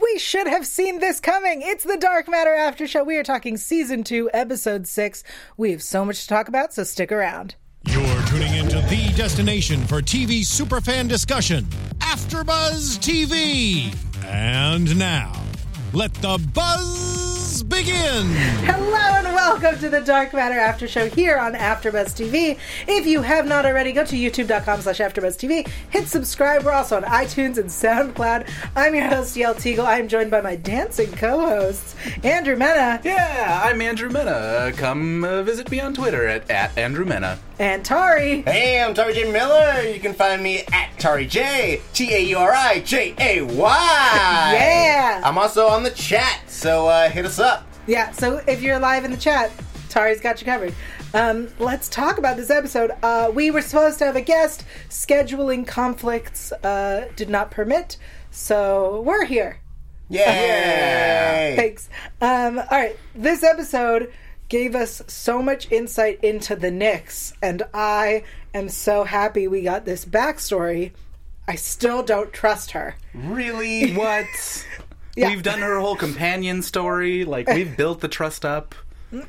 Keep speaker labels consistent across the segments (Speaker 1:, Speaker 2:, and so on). Speaker 1: We should have seen this coming. It's the Dark Matter After Show. We are talking season two, episode six. We have so much to talk about, so stick around.
Speaker 2: You're tuning into the destination for TV superfan discussion, AfterBuzz TV. And now, let the buzz begin.
Speaker 1: Hello and welcome to the Dark Matter After Show here on AfterBuzz TV. If you have not already, go to youtube.com slash AfterBuzzTV, hit subscribe. We're also on iTunes and SoundCloud. I'm your host, Yael Teagle. I am joined by my dancing co-hosts, Andrew Mena
Speaker 3: Yeah, I'm Andrew Mena. Uh, come uh, visit me on Twitter at, at Andrew Mena.
Speaker 1: and Tari.
Speaker 4: Hey, I'm Tari J. Miller. You can find me at Tari J. T A U R I J A Y.
Speaker 1: Yeah.
Speaker 4: I'm also on the chat, so uh, hit us up.
Speaker 1: Yeah, so if you're live in the chat, Tari's got you covered. Um, let's talk about this episode. Uh, we were supposed to have a guest. Scheduling conflicts uh, did not permit, so we're here.
Speaker 3: Uh,
Speaker 4: Yay!
Speaker 1: Thanks. Um, all right, this episode gave us so much insight into the Knicks, and I am so happy we got this backstory. I still don't trust her.
Speaker 3: Really? What?
Speaker 1: Yeah.
Speaker 3: We've done her whole companion story. Like, we've built the trust up.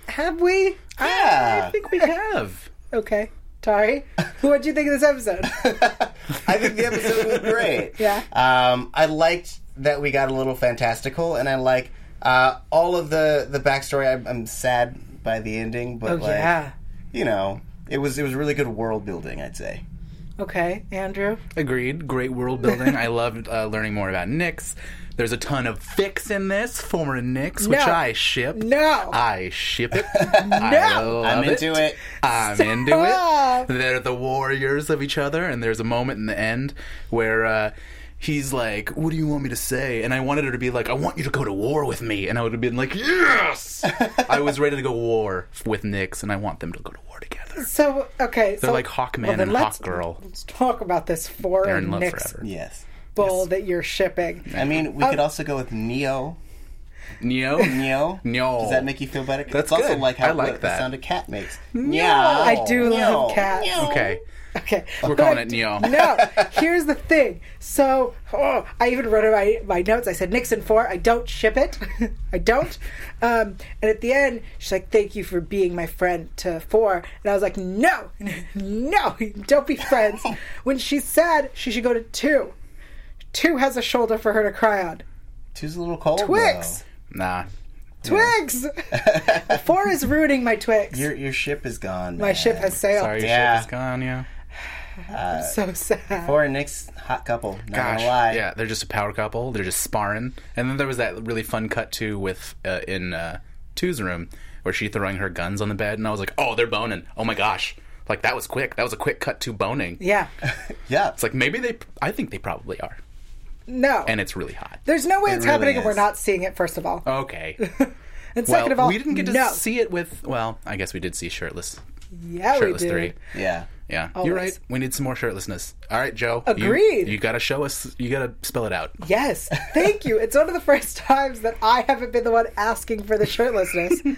Speaker 1: Have we?
Speaker 3: I
Speaker 4: Yeah.
Speaker 3: think we have.
Speaker 1: Okay, Tari, what did you think of this episode?
Speaker 4: I think the episode was great.
Speaker 1: Yeah.
Speaker 4: Um, I liked that we got a little fantastical, and I like uh, all of the the backstory. I'm, I'm sad by the ending, but
Speaker 1: Oh
Speaker 4: like,
Speaker 1: yeah.
Speaker 4: you know, it was it was really good world building. I'd say.
Speaker 1: Okay, Andrew.
Speaker 3: Agreed. Great world building. I loved uh, learning more about Nyx. There's a ton of fix in this, former Nyx, which
Speaker 1: No.
Speaker 3: I ship.
Speaker 1: No.
Speaker 3: I ship it. no. I love
Speaker 4: I'm into it.
Speaker 3: I'm into
Speaker 1: Stop.
Speaker 3: it. They're the warriors of each other, and there's a moment in the end where uh, he's like, "What do you want me to say?" And I wanted her to be like, "I want you to go to war with me," and I would have been like, "Yes!" I was ready to go war with Nyx, and I want them to go to war together.
Speaker 1: So okay, they're so,
Speaker 3: like Hawkman
Speaker 1: then
Speaker 3: and
Speaker 1: let's-
Speaker 3: Hawkgirl.
Speaker 1: Let's talk about this
Speaker 3: They're in
Speaker 1: foreign
Speaker 3: love
Speaker 1: Knicks
Speaker 3: forever.
Speaker 4: Yes.
Speaker 1: bull that you're shipping.
Speaker 4: I mean, we
Speaker 1: Um,
Speaker 4: could also go with Neo.
Speaker 3: Neo,
Speaker 4: Neo.
Speaker 3: Neo.
Speaker 4: Does that make you feel better?
Speaker 3: That's
Speaker 4: it's also
Speaker 3: good.
Speaker 4: like how
Speaker 3: I like
Speaker 4: what
Speaker 3: that.
Speaker 4: the sound a cat makes.
Speaker 1: I do love cats.
Speaker 3: Okay,
Speaker 1: Okay,
Speaker 3: we're
Speaker 1: But
Speaker 3: calling it Neo.
Speaker 1: no, here's the thing. So oh, I even wrote in my, my notes. I said Nixon four. I don't ship it. I don't. Um, and at the end, she's like, "Thank you for being my friend to four. And I was like, "No, no, don't be friends." when she's sad, she should go to two. Two has a shoulder for her to cry on.
Speaker 4: Two's a little cold.
Speaker 1: Twix,
Speaker 3: Nah,
Speaker 1: Twix. four is ruining my Twix.
Speaker 4: though. Your your ship is gone.
Speaker 1: my ship has sailed.
Speaker 3: sorry, your
Speaker 4: Yeah.
Speaker 3: ship is gone. Yeah,
Speaker 1: So sad.
Speaker 4: Or Nick's hot couple. Not
Speaker 3: gosh,
Speaker 4: gonna lie.
Speaker 3: yeah, they're just a power couple. They're just sparring. And then there was that really fun cut too with uh, in uh, Two's room where she throwing her guns on the bed, and I was like, oh, they're boning. Oh my gosh, like that was quick. That was a quick cut to boning.
Speaker 1: Yeah.
Speaker 4: Yeah.
Speaker 3: It's like maybe they. I think they probably are,
Speaker 1: No.
Speaker 3: and it's really hot.
Speaker 1: There's no way it's
Speaker 4: really
Speaker 1: happening and we're
Speaker 4: is.
Speaker 1: not seeing it, first of all.
Speaker 3: Okay.
Speaker 1: and second of
Speaker 3: Well,
Speaker 1: all,
Speaker 3: we didn't get to
Speaker 1: no.
Speaker 3: see it with. Well, I guess we did see shirtless.
Speaker 1: yeah, we
Speaker 3: Shirtless
Speaker 1: did.
Speaker 3: three.
Speaker 4: yeah.
Speaker 3: Yeah,
Speaker 1: Always.
Speaker 3: you're right. We need some more shirtlessness. All right, Joe. you-
Speaker 1: Agreed.
Speaker 3: You, gotta show us. You gotta spell it out.
Speaker 1: Yes. Thank you. It's one of the first times that I haven't been the one asking for the shirtlessness.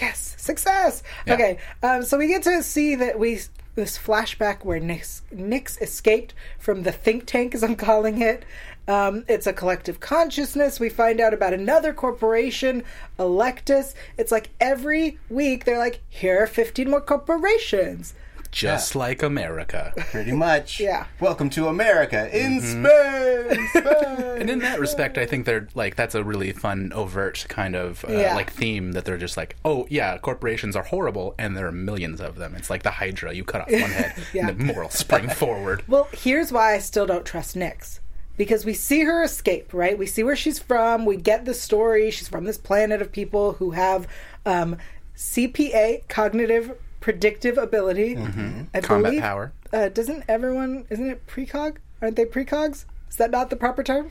Speaker 1: yes. Success. Okay. Um, so we get to see that we this flashback where Nix Nix escaped from the think tank, as I'm calling it. Um, it's a collective consciousness. We find out about another corporation, Electus. It's like every week they're like, here are 15 more corporations.
Speaker 3: Just like America.
Speaker 4: Pretty much.
Speaker 1: Yeah.
Speaker 4: Welcome to America in
Speaker 3: Mm-hmm.
Speaker 4: space.
Speaker 3: And in that respect, I think they're like that's a really fun, overt kind of uh,
Speaker 1: Yeah.
Speaker 3: like theme that they're just like, oh yeah, corporations are horrible, and there are millions of them. It's like the Hydra; you cut off one head,
Speaker 1: Yeah.
Speaker 3: and the moral spring forward.
Speaker 1: Well, here's why I still don't trust Nyx. Because we see her escape, right? We see where she's from. We get the story. She's from this planet of people who have um, CPA, cognitive predictive ability. I
Speaker 3: Mm-hmm. Combat
Speaker 1: believe-
Speaker 3: power.
Speaker 1: Uh, doesn't everyone, isn't it precog? Aren't they precogs? Is that not the proper term?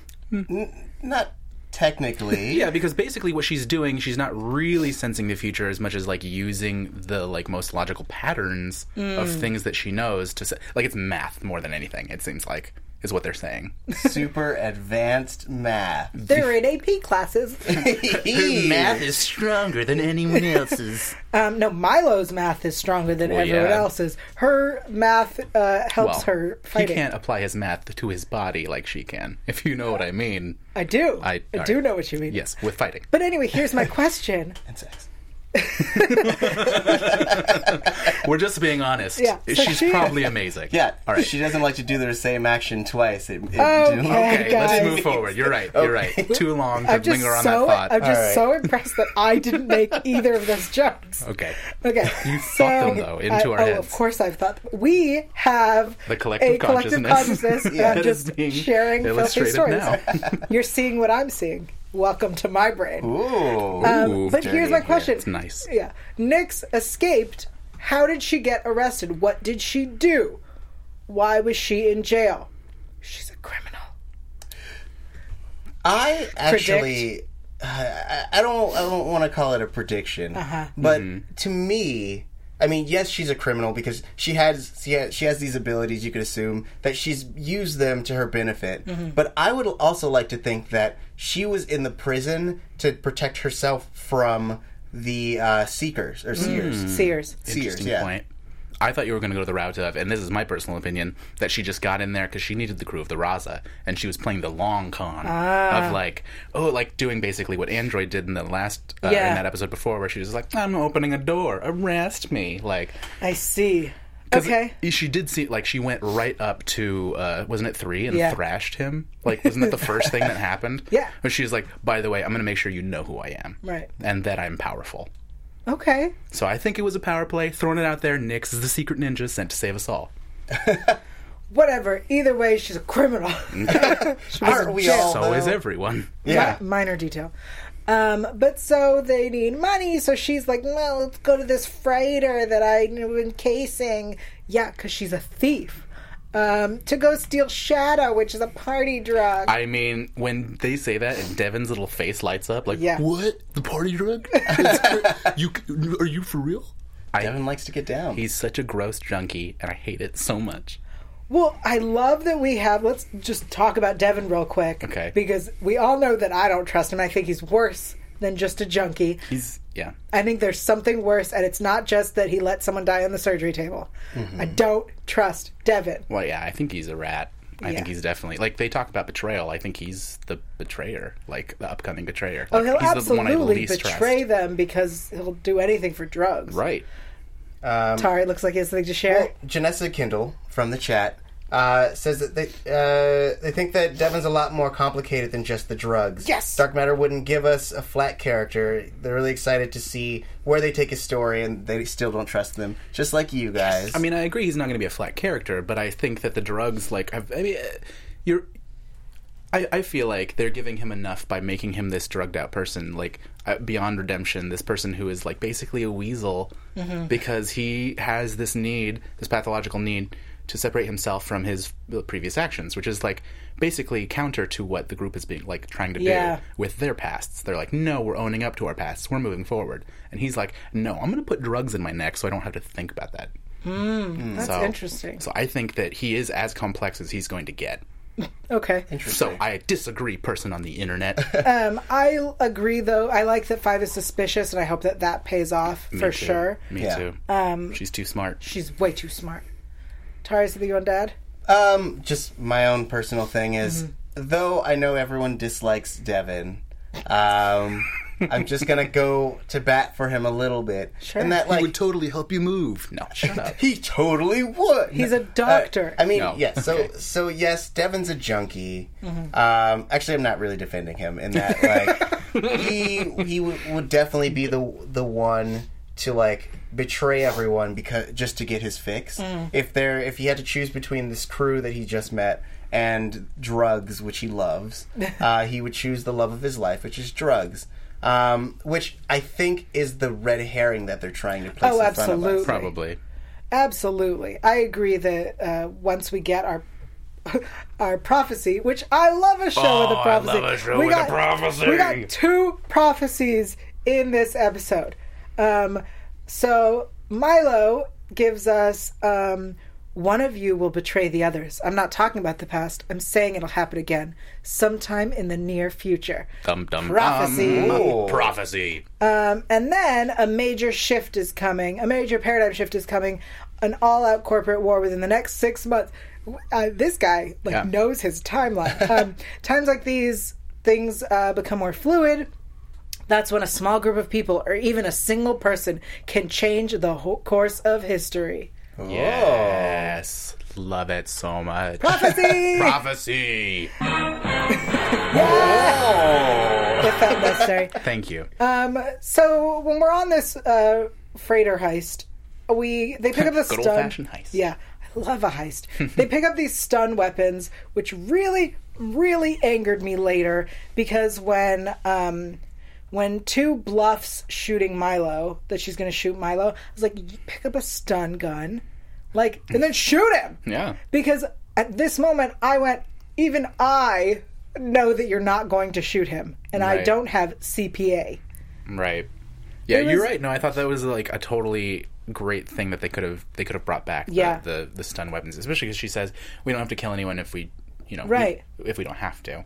Speaker 4: Not technically.
Speaker 3: Yeah, because basically what she's doing, she's not really sensing the future as much as like using the like most logical patterns of things that she knows to se- like it's math more than anything. It seems like is what they're saying.
Speaker 4: Super advanced math.
Speaker 1: They're in AP classes.
Speaker 3: is stronger than anyone else's.
Speaker 1: Um, no, Milo's math is stronger than
Speaker 3: Well,
Speaker 1: everyone
Speaker 3: yeah.
Speaker 1: else's. Her math uh, helps
Speaker 3: well,
Speaker 1: her
Speaker 3: he
Speaker 1: fight it.
Speaker 3: can't apply his math to his body like she can, if you know what I mean.
Speaker 1: I do.
Speaker 3: I-
Speaker 1: I,
Speaker 3: all
Speaker 1: do
Speaker 3: right.
Speaker 1: know what you mean.
Speaker 3: Yes, with fighting.
Speaker 1: But anyway, here's my question.
Speaker 4: and sex.
Speaker 3: We're just being honest.
Speaker 1: Yeah, so
Speaker 3: She's
Speaker 1: she-
Speaker 3: probably amazing.
Speaker 4: Yeah.
Speaker 3: All right.
Speaker 4: She doesn't like to do the same action twice. It, it
Speaker 1: Okay.
Speaker 3: Okay,
Speaker 1: Guys.
Speaker 3: let's move forward. You're right. You're right. Too long to
Speaker 1: I'm just
Speaker 3: linger on
Speaker 1: so
Speaker 3: that thought.
Speaker 1: I'm just
Speaker 4: right.
Speaker 1: so impressed that I didn't make either of those jokes.
Speaker 3: okay.
Speaker 1: Okay.
Speaker 3: You
Speaker 1: so,
Speaker 3: thought them, though, into
Speaker 1: I-
Speaker 3: our
Speaker 1: oh,
Speaker 3: heads.
Speaker 1: Of course I've thought. We have
Speaker 3: The collective
Speaker 1: a collective
Speaker 3: consciousness.
Speaker 1: consciousness.
Speaker 3: Yeah,
Speaker 1: and
Speaker 3: that is
Speaker 1: just
Speaker 3: being
Speaker 1: sharing filthy
Speaker 3: illustrated
Speaker 1: stories.
Speaker 3: now.
Speaker 1: You're seeing what I'm seeing. Welcome to my brain.
Speaker 4: Ooh.
Speaker 3: Ooh,
Speaker 1: Um, but here's my
Speaker 4: dirty.
Speaker 1: question.
Speaker 3: It's nice.
Speaker 1: Yeah. Nyx escaped. How did she get arrested? What did she do? Why was she in jail? She's a criminal.
Speaker 4: I actually, uh, I, I don't, I don't want to call it a prediction, but
Speaker 3: Mm-hmm.
Speaker 4: to me, I mean, yes, she's a criminal because she has, she has, she has these abilities. You could assume that she's used them to her benefit, but I would also like to think that she was in the prison to protect herself from the uh, seekers or seers.
Speaker 1: Sears.
Speaker 4: Seers,
Speaker 3: Hmm. Interesting
Speaker 4: yeah.
Speaker 3: point. I thought you were going to go to the route of, and this is my personal opinion, that she just got in there because she needed the crew of the Raza, and she was playing the long con
Speaker 1: Ah.
Speaker 3: of like, oh, like doing basically what Android did in the last uh,
Speaker 1: Yeah.
Speaker 3: in that episode before, where she was like, I'm opening a door, arrest me, like.
Speaker 1: I see.
Speaker 3: 'cause
Speaker 1: Okay.
Speaker 3: it- she did see like she went right up to uh, wasn't it three and
Speaker 1: Yeah.
Speaker 3: thrashed him. Like wasn't that the first thing that happened?
Speaker 1: Yeah.
Speaker 3: But she was like, by the way, I'm gonna make sure you know who I am,
Speaker 1: Right.
Speaker 3: And that I'm powerful.
Speaker 1: Okay.
Speaker 3: So I think it was a power play. Throwing it out there, Nyx is the secret ninja sent to save us all.
Speaker 1: Whatever. Either way, she's a criminal. She was
Speaker 4: Aren't
Speaker 1: in
Speaker 4: we
Speaker 1: jail.
Speaker 4: all?
Speaker 3: So
Speaker 4: though?
Speaker 3: is everyone.
Speaker 4: Yeah.
Speaker 1: Mi- minor detail. Um, but so they need money, so she's like, well, let's go to this freighter that I've been casing. Yeah, because she's a thief. Um, to go steal Shadow, which is a party drug.
Speaker 3: I mean, when they say that and Devin's little face lights up, like,
Speaker 1: Yeah.
Speaker 3: what? The party drug? It's cr- you c- are you for real?
Speaker 4: Devin likes to get down.
Speaker 3: He's such a gross junkie, and I hate it so much.
Speaker 1: well, I love that we have. Let's just talk about Devin real quick.
Speaker 3: Okay.
Speaker 1: Because we all know that I don't trust him. I think he's worse than just a junkie.
Speaker 3: He's yeah.
Speaker 1: I think there's something worse, and it's not just that he let someone die on the surgery table.
Speaker 3: Mm-hmm.
Speaker 1: I don't trust Devin.
Speaker 3: Well, yeah, I think he's a rat. I
Speaker 1: Yeah.
Speaker 3: think he's definitely like they talk about betrayal. I think he's the betrayer, like the upcoming betrayer.
Speaker 1: Oh,
Speaker 3: Like,
Speaker 1: he'll
Speaker 3: he's
Speaker 1: absolutely betray them because he'll do anything for drugs.
Speaker 3: Right.
Speaker 1: Tari looks like he has something to share.
Speaker 4: Janessa Kindle from the chat uh, says that they uh, they think that Devin's a lot more complicated than just the drugs.
Speaker 1: Yes.
Speaker 4: Dark Matter wouldn't give us a flat character. They're really excited to see where they take his story, and they still don't trust them, just like you guys.
Speaker 3: I mean, I agree he's not going to be a flat character, but I think that the drugs, like, have, I mean, uh, you're. I, I feel like they're giving him enough by making him this drugged out person, like uh, beyond redemption. This person who is like basically a weasel because he has this need, this pathological need, to separate himself from his uh, previous actions, which is like basically counter to what the group is being like trying to
Speaker 1: Yeah.
Speaker 3: do with their pasts. They're like, no, we're owning up to our pasts. We're moving forward. And he's like, no, I'm going to put drugs in my neck so I don't have to think about that.
Speaker 1: That's
Speaker 3: So-
Speaker 1: interesting.
Speaker 3: So I think that he is as complex as he's going to get.
Speaker 1: Okay.
Speaker 3: So I disagree, person on the internet.
Speaker 1: Um, I agree, though. I like that Five is suspicious, and I hope that that pays off for
Speaker 3: Me too.
Speaker 1: sure.
Speaker 3: Me
Speaker 4: Yeah.
Speaker 3: too. Um, She's too smart.
Speaker 1: She's way too smart. Tari, something you want to add?
Speaker 4: um, just my own personal thing is, though I know everyone dislikes Devin, um, I'm just gonna go to bat for him a little bit. Sure. And that like
Speaker 3: totally help you move. No, shut up.
Speaker 4: He totally would.
Speaker 1: He's a doctor.
Speaker 4: Uh, I mean,
Speaker 3: No.
Speaker 4: yeah. So,
Speaker 3: Okay.
Speaker 4: so yes, Devin's a junkie.
Speaker 1: Mm-hmm.
Speaker 4: Um, actually, I'm not really defending him in that. Like, he he w- would definitely be the the one to like betray everyone because just to get his fix.
Speaker 1: Mm.
Speaker 4: If there, if he had to choose between this crew that he just met and drugs, which he loves, uh, he would choose the love of his life, which is drugs. Um, which I think is the red herring that they're trying to place
Speaker 1: Oh,
Speaker 4: in front of
Speaker 1: absolutely.
Speaker 4: us.
Speaker 3: Probably.
Speaker 1: Absolutely. I agree that uh, once we get our our prophecy, which I love a show with a
Speaker 3: Oh, I
Speaker 1: prophecy.
Speaker 3: love a show with a prophecy.
Speaker 1: We got two prophecies in this episode. Um, so Milo gives us um, one of you will betray the others. I'm not talking about the past. I'm saying it'll happen again sometime in the near future.
Speaker 3: Dum dum
Speaker 1: Prophecy.
Speaker 3: Um,
Speaker 4: Ooh.
Speaker 3: Prophecy.
Speaker 1: Um, and then a major shift is coming, a major paradigm shift is coming, an all out corporate war within the next six months. Uh, this guy like
Speaker 3: Yeah.
Speaker 1: knows his timeline. um, times like these, things uh, become more fluid. That's when a small group of people, or even a single person, can change the whole course of history.
Speaker 3: Oh. Yes. Love it so much.
Speaker 1: Prophecy!
Speaker 3: Prophecy.
Speaker 1: if that necessary.
Speaker 3: Thank you.
Speaker 1: So when we're on this uh, freighter heist, we they pick up the
Speaker 3: Good
Speaker 1: stun.
Speaker 3: old-fashioned heist.
Speaker 1: Yeah, I love a heist. they pick up these stun weapons, which really, really angered me later because when um, when two bluffs shooting Milo that she's going to shoot Milo, I was like, "You pick up a stun gun, like, and then shoot him.
Speaker 3: Yeah.
Speaker 1: Because at this moment, I went, even I know that you're not going to shoot him, and I
Speaker 3: Right.
Speaker 1: don't have CPA.
Speaker 3: Right. Yeah, you're
Speaker 1: was-
Speaker 3: right. No, I thought that was like a totally great thing that they could have they could have brought back. the-
Speaker 1: Yeah.
Speaker 3: The the, stun weapons, especially because she says we don't have to kill anyone if we you know we-
Speaker 1: Right.
Speaker 3: if we don't have to.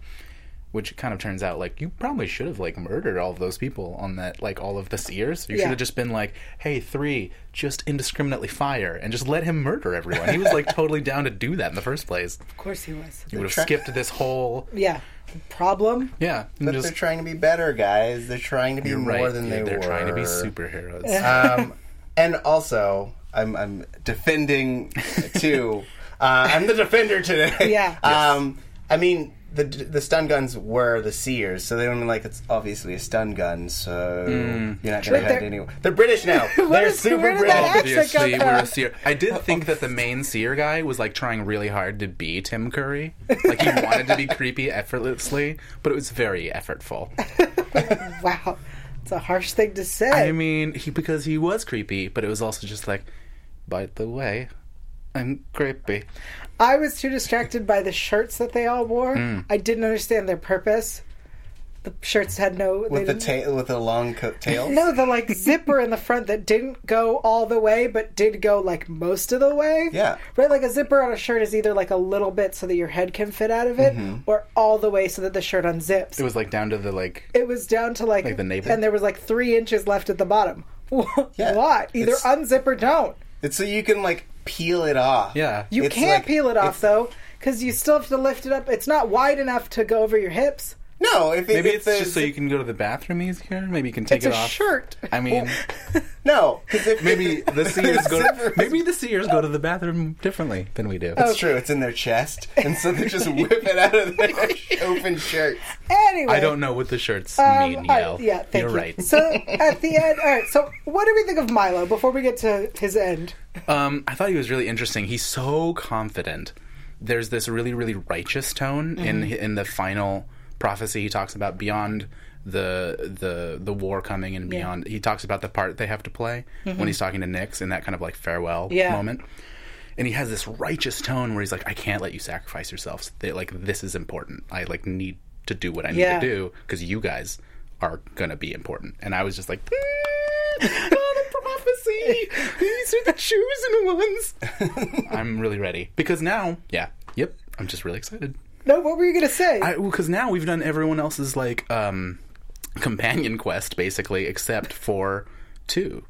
Speaker 3: Which kind of turns out like you probably should have like murdered all of those people on that like all of this years. You
Speaker 1: Yeah.
Speaker 3: should have just been like, hey, three, just indiscriminately fire and just let him murder everyone. He was like totally down to do that in the first place.
Speaker 1: Of course he was.
Speaker 3: You would have skipped this whole
Speaker 1: Yeah. Problem.
Speaker 3: yeah. and
Speaker 4: But they're trying to be better, guys. They're trying to be
Speaker 3: you're
Speaker 4: more
Speaker 3: right,
Speaker 4: than
Speaker 3: dude,
Speaker 4: they
Speaker 3: They're
Speaker 4: were.
Speaker 3: trying to be superheroes.
Speaker 4: Um, and also, I'm, I'm defending too. Uh, I'm the defender today.
Speaker 1: Yeah.
Speaker 4: Um, I mean, the the stun guns were the Seers, so they don't mean like it's obviously a stun gun. So
Speaker 3: Mm.
Speaker 4: you're not going to hurt
Speaker 1: they're-
Speaker 4: anyone. They're British now. they're
Speaker 1: is-
Speaker 4: super
Speaker 1: where did
Speaker 4: British.
Speaker 1: that act-
Speaker 3: Obviously,
Speaker 1: Mexico.
Speaker 3: we're a seer. I
Speaker 1: uh,
Speaker 3: did think
Speaker 1: oh.
Speaker 3: that the main seer guy was like trying really hard to be Tim Curry. Like he wanted to be creepy effortlessly, but it was very effortful.
Speaker 1: Wow. It's a harsh thing to say.
Speaker 3: I mean, he because he was creepy, but it was also just like, by the way, I'm creepy.
Speaker 1: I was too distracted by the shirts that they all wore.
Speaker 3: Mm.
Speaker 1: I didn't understand their purpose. The shirts had no. they
Speaker 4: with the
Speaker 1: didn't-
Speaker 4: tail, with the long co- tail.
Speaker 1: no, the like zipper in the front that didn't go all the way, but did go like most of the way.
Speaker 4: Yeah.
Speaker 1: Right? Like a zipper on a shirt is either like a little bit so that your head can fit out of it, or all the way so that the shirt unzips.
Speaker 3: Mm-hmm. It was like down to the like.
Speaker 1: It was down to like,
Speaker 3: the navel?
Speaker 1: and there was like three inches left at the bottom.
Speaker 4: Yeah.
Speaker 1: What? Either
Speaker 4: It's-
Speaker 1: unzip or don't.
Speaker 4: It's so you can like peel it off.
Speaker 3: Yeah.
Speaker 1: You
Speaker 4: It's
Speaker 1: can't
Speaker 4: like-
Speaker 1: peel it off
Speaker 4: it's-
Speaker 1: though, because you still have to lift it up. It's not wide enough to go over your hips.
Speaker 4: No, if it,
Speaker 3: Maybe
Speaker 4: if
Speaker 3: it's
Speaker 4: the-
Speaker 3: just so you can go to the bathroom easier. Maybe you can take
Speaker 1: It's
Speaker 3: it
Speaker 1: a
Speaker 3: off.
Speaker 1: shirt.
Speaker 3: I mean,
Speaker 4: no, 'cause if
Speaker 3: maybe the seers go. To, maybe the seers go to the bathroom differently than we do.
Speaker 1: Oh,
Speaker 4: It's true. It's in their chest, and so they just whip it out of their open shirt.
Speaker 1: Anyway,
Speaker 3: I don't know what the shirts
Speaker 1: um,
Speaker 3: mean,
Speaker 1: all
Speaker 3: Yale.
Speaker 1: right, yeah, thank
Speaker 3: You're
Speaker 1: you.
Speaker 3: right.
Speaker 1: So at the end, all right. So what do we think of Milo before we get to his end?
Speaker 3: Um, I thought he was really interesting. He's so confident. There's this really, really righteous tone in in the final prophecy. He talks about beyond the the the war coming and beyond. He talks about the part they have to play when he's talking to Nix in that kind of like farewell
Speaker 1: Yeah.
Speaker 3: moment. And he has this righteous tone where he's like, "I can't let you sacrifice yourselves. They're like this is important. I like need to do what I need
Speaker 1: Yeah.
Speaker 3: to do because you guys are gonna be important." And I was just like. prophecy. These are the chosen ones. I'm really ready because now, yeah, yep, I'm just really excited.
Speaker 1: No, what were you gonna say?
Speaker 3: Because now we've done everyone else's like um, companion quest basically, except for two.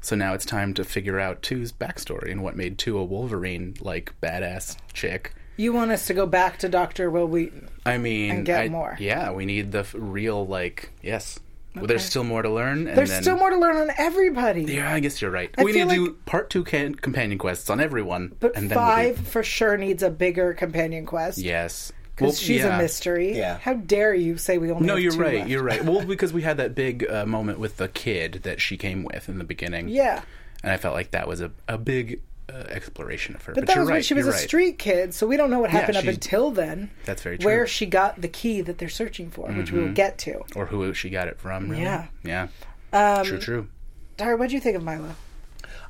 Speaker 3: So now it's time to figure out two's backstory and what made two a Wolverine like badass chick.
Speaker 1: you want us to go back to Doctor Will Wheaton?
Speaker 3: I mean,
Speaker 1: And get
Speaker 3: I-
Speaker 1: more.
Speaker 3: Yeah, we need the f- real like yes. Well, there's still more to learn. And
Speaker 1: There's
Speaker 3: then,
Speaker 1: still more to learn on everybody.
Speaker 3: Yeah, I guess you're right.
Speaker 1: I
Speaker 3: we need to
Speaker 1: feel
Speaker 3: do
Speaker 1: like-
Speaker 3: part two can- companion quests on everyone.
Speaker 1: But
Speaker 3: and then we'll be-
Speaker 1: five for sure needs a bigger companion quest.
Speaker 3: yes.
Speaker 1: Because she's a
Speaker 3: yeah.
Speaker 1: mystery.
Speaker 4: Yeah.
Speaker 1: How dare you say we only
Speaker 3: No,
Speaker 1: have
Speaker 3: you're
Speaker 1: two
Speaker 3: right.
Speaker 1: left.
Speaker 3: You're right. Well, because we had that big uh, moment with the kid that she came with in the beginning.
Speaker 1: Yeah.
Speaker 3: And I felt like that was a, a big uh, exploration of her. But,
Speaker 1: But that
Speaker 3: you're
Speaker 1: was
Speaker 3: right.
Speaker 1: when she was
Speaker 3: you're
Speaker 1: a
Speaker 3: right.
Speaker 1: street kid, so we don't know what happened up
Speaker 3: she-
Speaker 1: until then.
Speaker 3: That's very
Speaker 1: Where
Speaker 3: true. Mm-hmm.
Speaker 1: she got the key that they're searching for, which we will get to.
Speaker 3: Or who she got it from, really.
Speaker 1: Yeah. Um,
Speaker 3: Yeah. true, true.
Speaker 1: Tara, what do you think of Milo?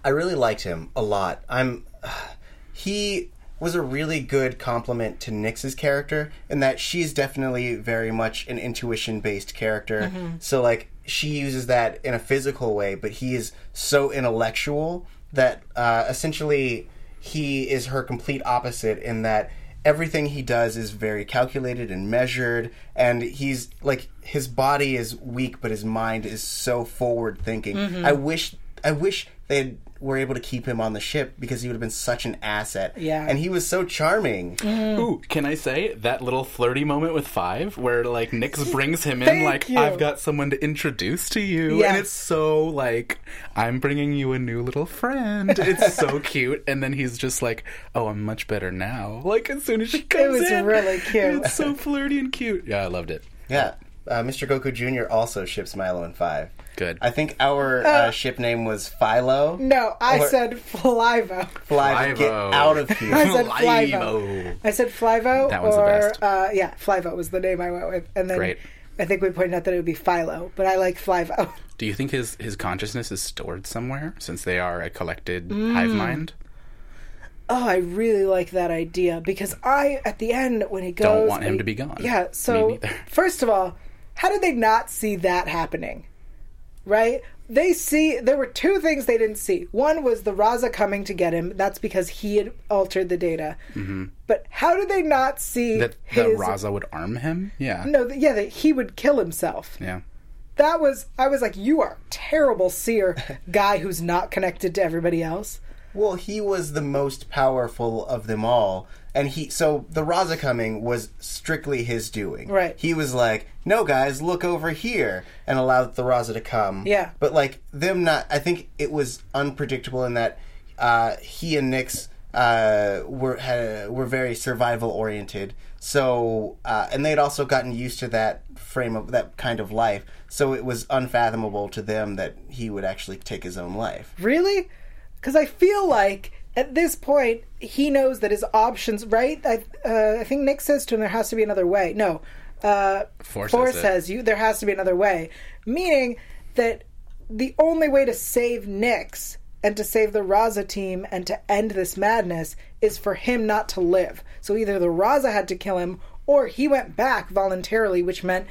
Speaker 4: I really liked him a lot. I'm. he was a really good compliment to Nyx's character in that she's definitely very much an intuition based character. So like she uses that in a physical way, but he is so intellectual that uh, essentially he is her complete opposite in that everything he does is very calculated and measured and he's like his body is weak but his mind is so forward thinking i wish i wish they had, were able to keep him on the ship because he would have been such an asset
Speaker 1: Yeah.
Speaker 4: and he was so charming
Speaker 3: Ooh,
Speaker 1: Mm.
Speaker 3: can I say that little flirty moment with Five where like Nix brings him in like
Speaker 1: you.
Speaker 3: I've got someone to introduce to you
Speaker 1: Yes.
Speaker 3: and it's so like I'm bringing you a new little friend. It's so cute and then he's just like, "Oh, I'm much better now." Like as soon as she comes
Speaker 1: was
Speaker 3: in.
Speaker 1: really cute.
Speaker 3: It's so flirty and cute. Yeah, I loved it.
Speaker 4: yeah uh, mr goku jr also ships milo and five
Speaker 3: Good.
Speaker 4: i think our uh, ship name was philo
Speaker 1: No, I
Speaker 4: Or-
Speaker 1: said Flivo.
Speaker 4: Fly, get
Speaker 3: Flivo.
Speaker 4: out of here
Speaker 1: I said Flivo.
Speaker 3: Flivo.
Speaker 1: I said Flivo.
Speaker 3: That
Speaker 1: or,
Speaker 3: one's the best.
Speaker 1: Uh, yeah, Flivo was the name I went with. And then
Speaker 3: Great.
Speaker 1: I think we pointed out that it would be Philo, but I like Flivo.
Speaker 3: Do you think his his consciousness is stored somewhere since they are a collected
Speaker 1: Mm.
Speaker 3: hive mind?
Speaker 1: Oh, I really like that idea because I, at the end, when he goes.
Speaker 3: Don't want him
Speaker 1: I-
Speaker 3: to be gone.
Speaker 1: Yeah,
Speaker 3: Me
Speaker 1: so
Speaker 3: neither.
Speaker 1: first of all, how did they not see that happening? Right? They see there were two things they didn't see. One was the Raza coming to get him. That's because he had altered the data. But how did they not see
Speaker 3: Mm-hmm. That the
Speaker 1: his-
Speaker 3: Raza would arm him? Yeah.
Speaker 1: No, th- yeah, that he would kill himself.
Speaker 3: Yeah.
Speaker 1: That was I was like, you are a terrible seer guy who's not connected to everybody else.
Speaker 4: Well, he was the most powerful of them all, and he so the Raza coming was strictly his doing.
Speaker 1: Right.
Speaker 4: He was like, "No, guys, look over here," and allowed the Raza to come.
Speaker 1: Yeah.
Speaker 4: But like them not, I think it was unpredictable in that uh, he and Nix uh, were had, were very survival oriented. So uh, and they'd also gotten used to that frame of that kind of life. So it was unfathomable to them that he would actually take his own life.
Speaker 1: Really? Because I feel like at this point he knows that his options. Right? I uh, I think Nick says to him there has to be another way. No, uh,
Speaker 3: Four
Speaker 1: Four
Speaker 3: says it.
Speaker 1: says you there has to be another way, meaning that the only way to save Nix and to save the Raza team and to end this madness is for him not to live. So either the Raza had to kill him or he went back voluntarily, which meant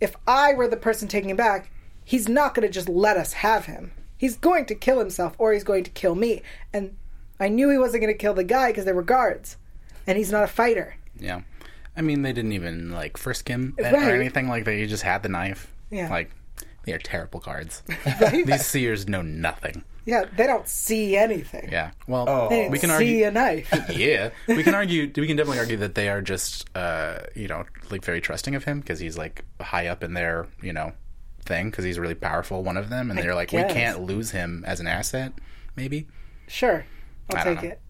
Speaker 1: if I were the person taking him back, he's not going to just let us have him. He's going to kill himself or he's going to kill me. And I knew he wasn't going to kill the guy because they were guards and he's not a fighter.
Speaker 3: Yeah. I mean, they didn't even like frisk him or
Speaker 1: Right.
Speaker 3: anything like that. You just had the knife.
Speaker 1: Yeah.
Speaker 3: Like, they are terrible cards. These seers know nothing.
Speaker 1: Yeah, they don't see anything.
Speaker 3: Yeah. Well,
Speaker 1: They didn't
Speaker 3: we can
Speaker 1: see
Speaker 3: argue.
Speaker 1: a knife.
Speaker 3: yeah, we can argue. We can definitely argue that they are just, uh, you know, like very trusting of him because he's like high up in their, you know, thing because he's really powerful. One of them, and they're like,
Speaker 1: guess.
Speaker 3: we can't lose him as an asset. Maybe.
Speaker 1: Sure, I'll
Speaker 3: I don't
Speaker 1: take
Speaker 3: know.
Speaker 1: it.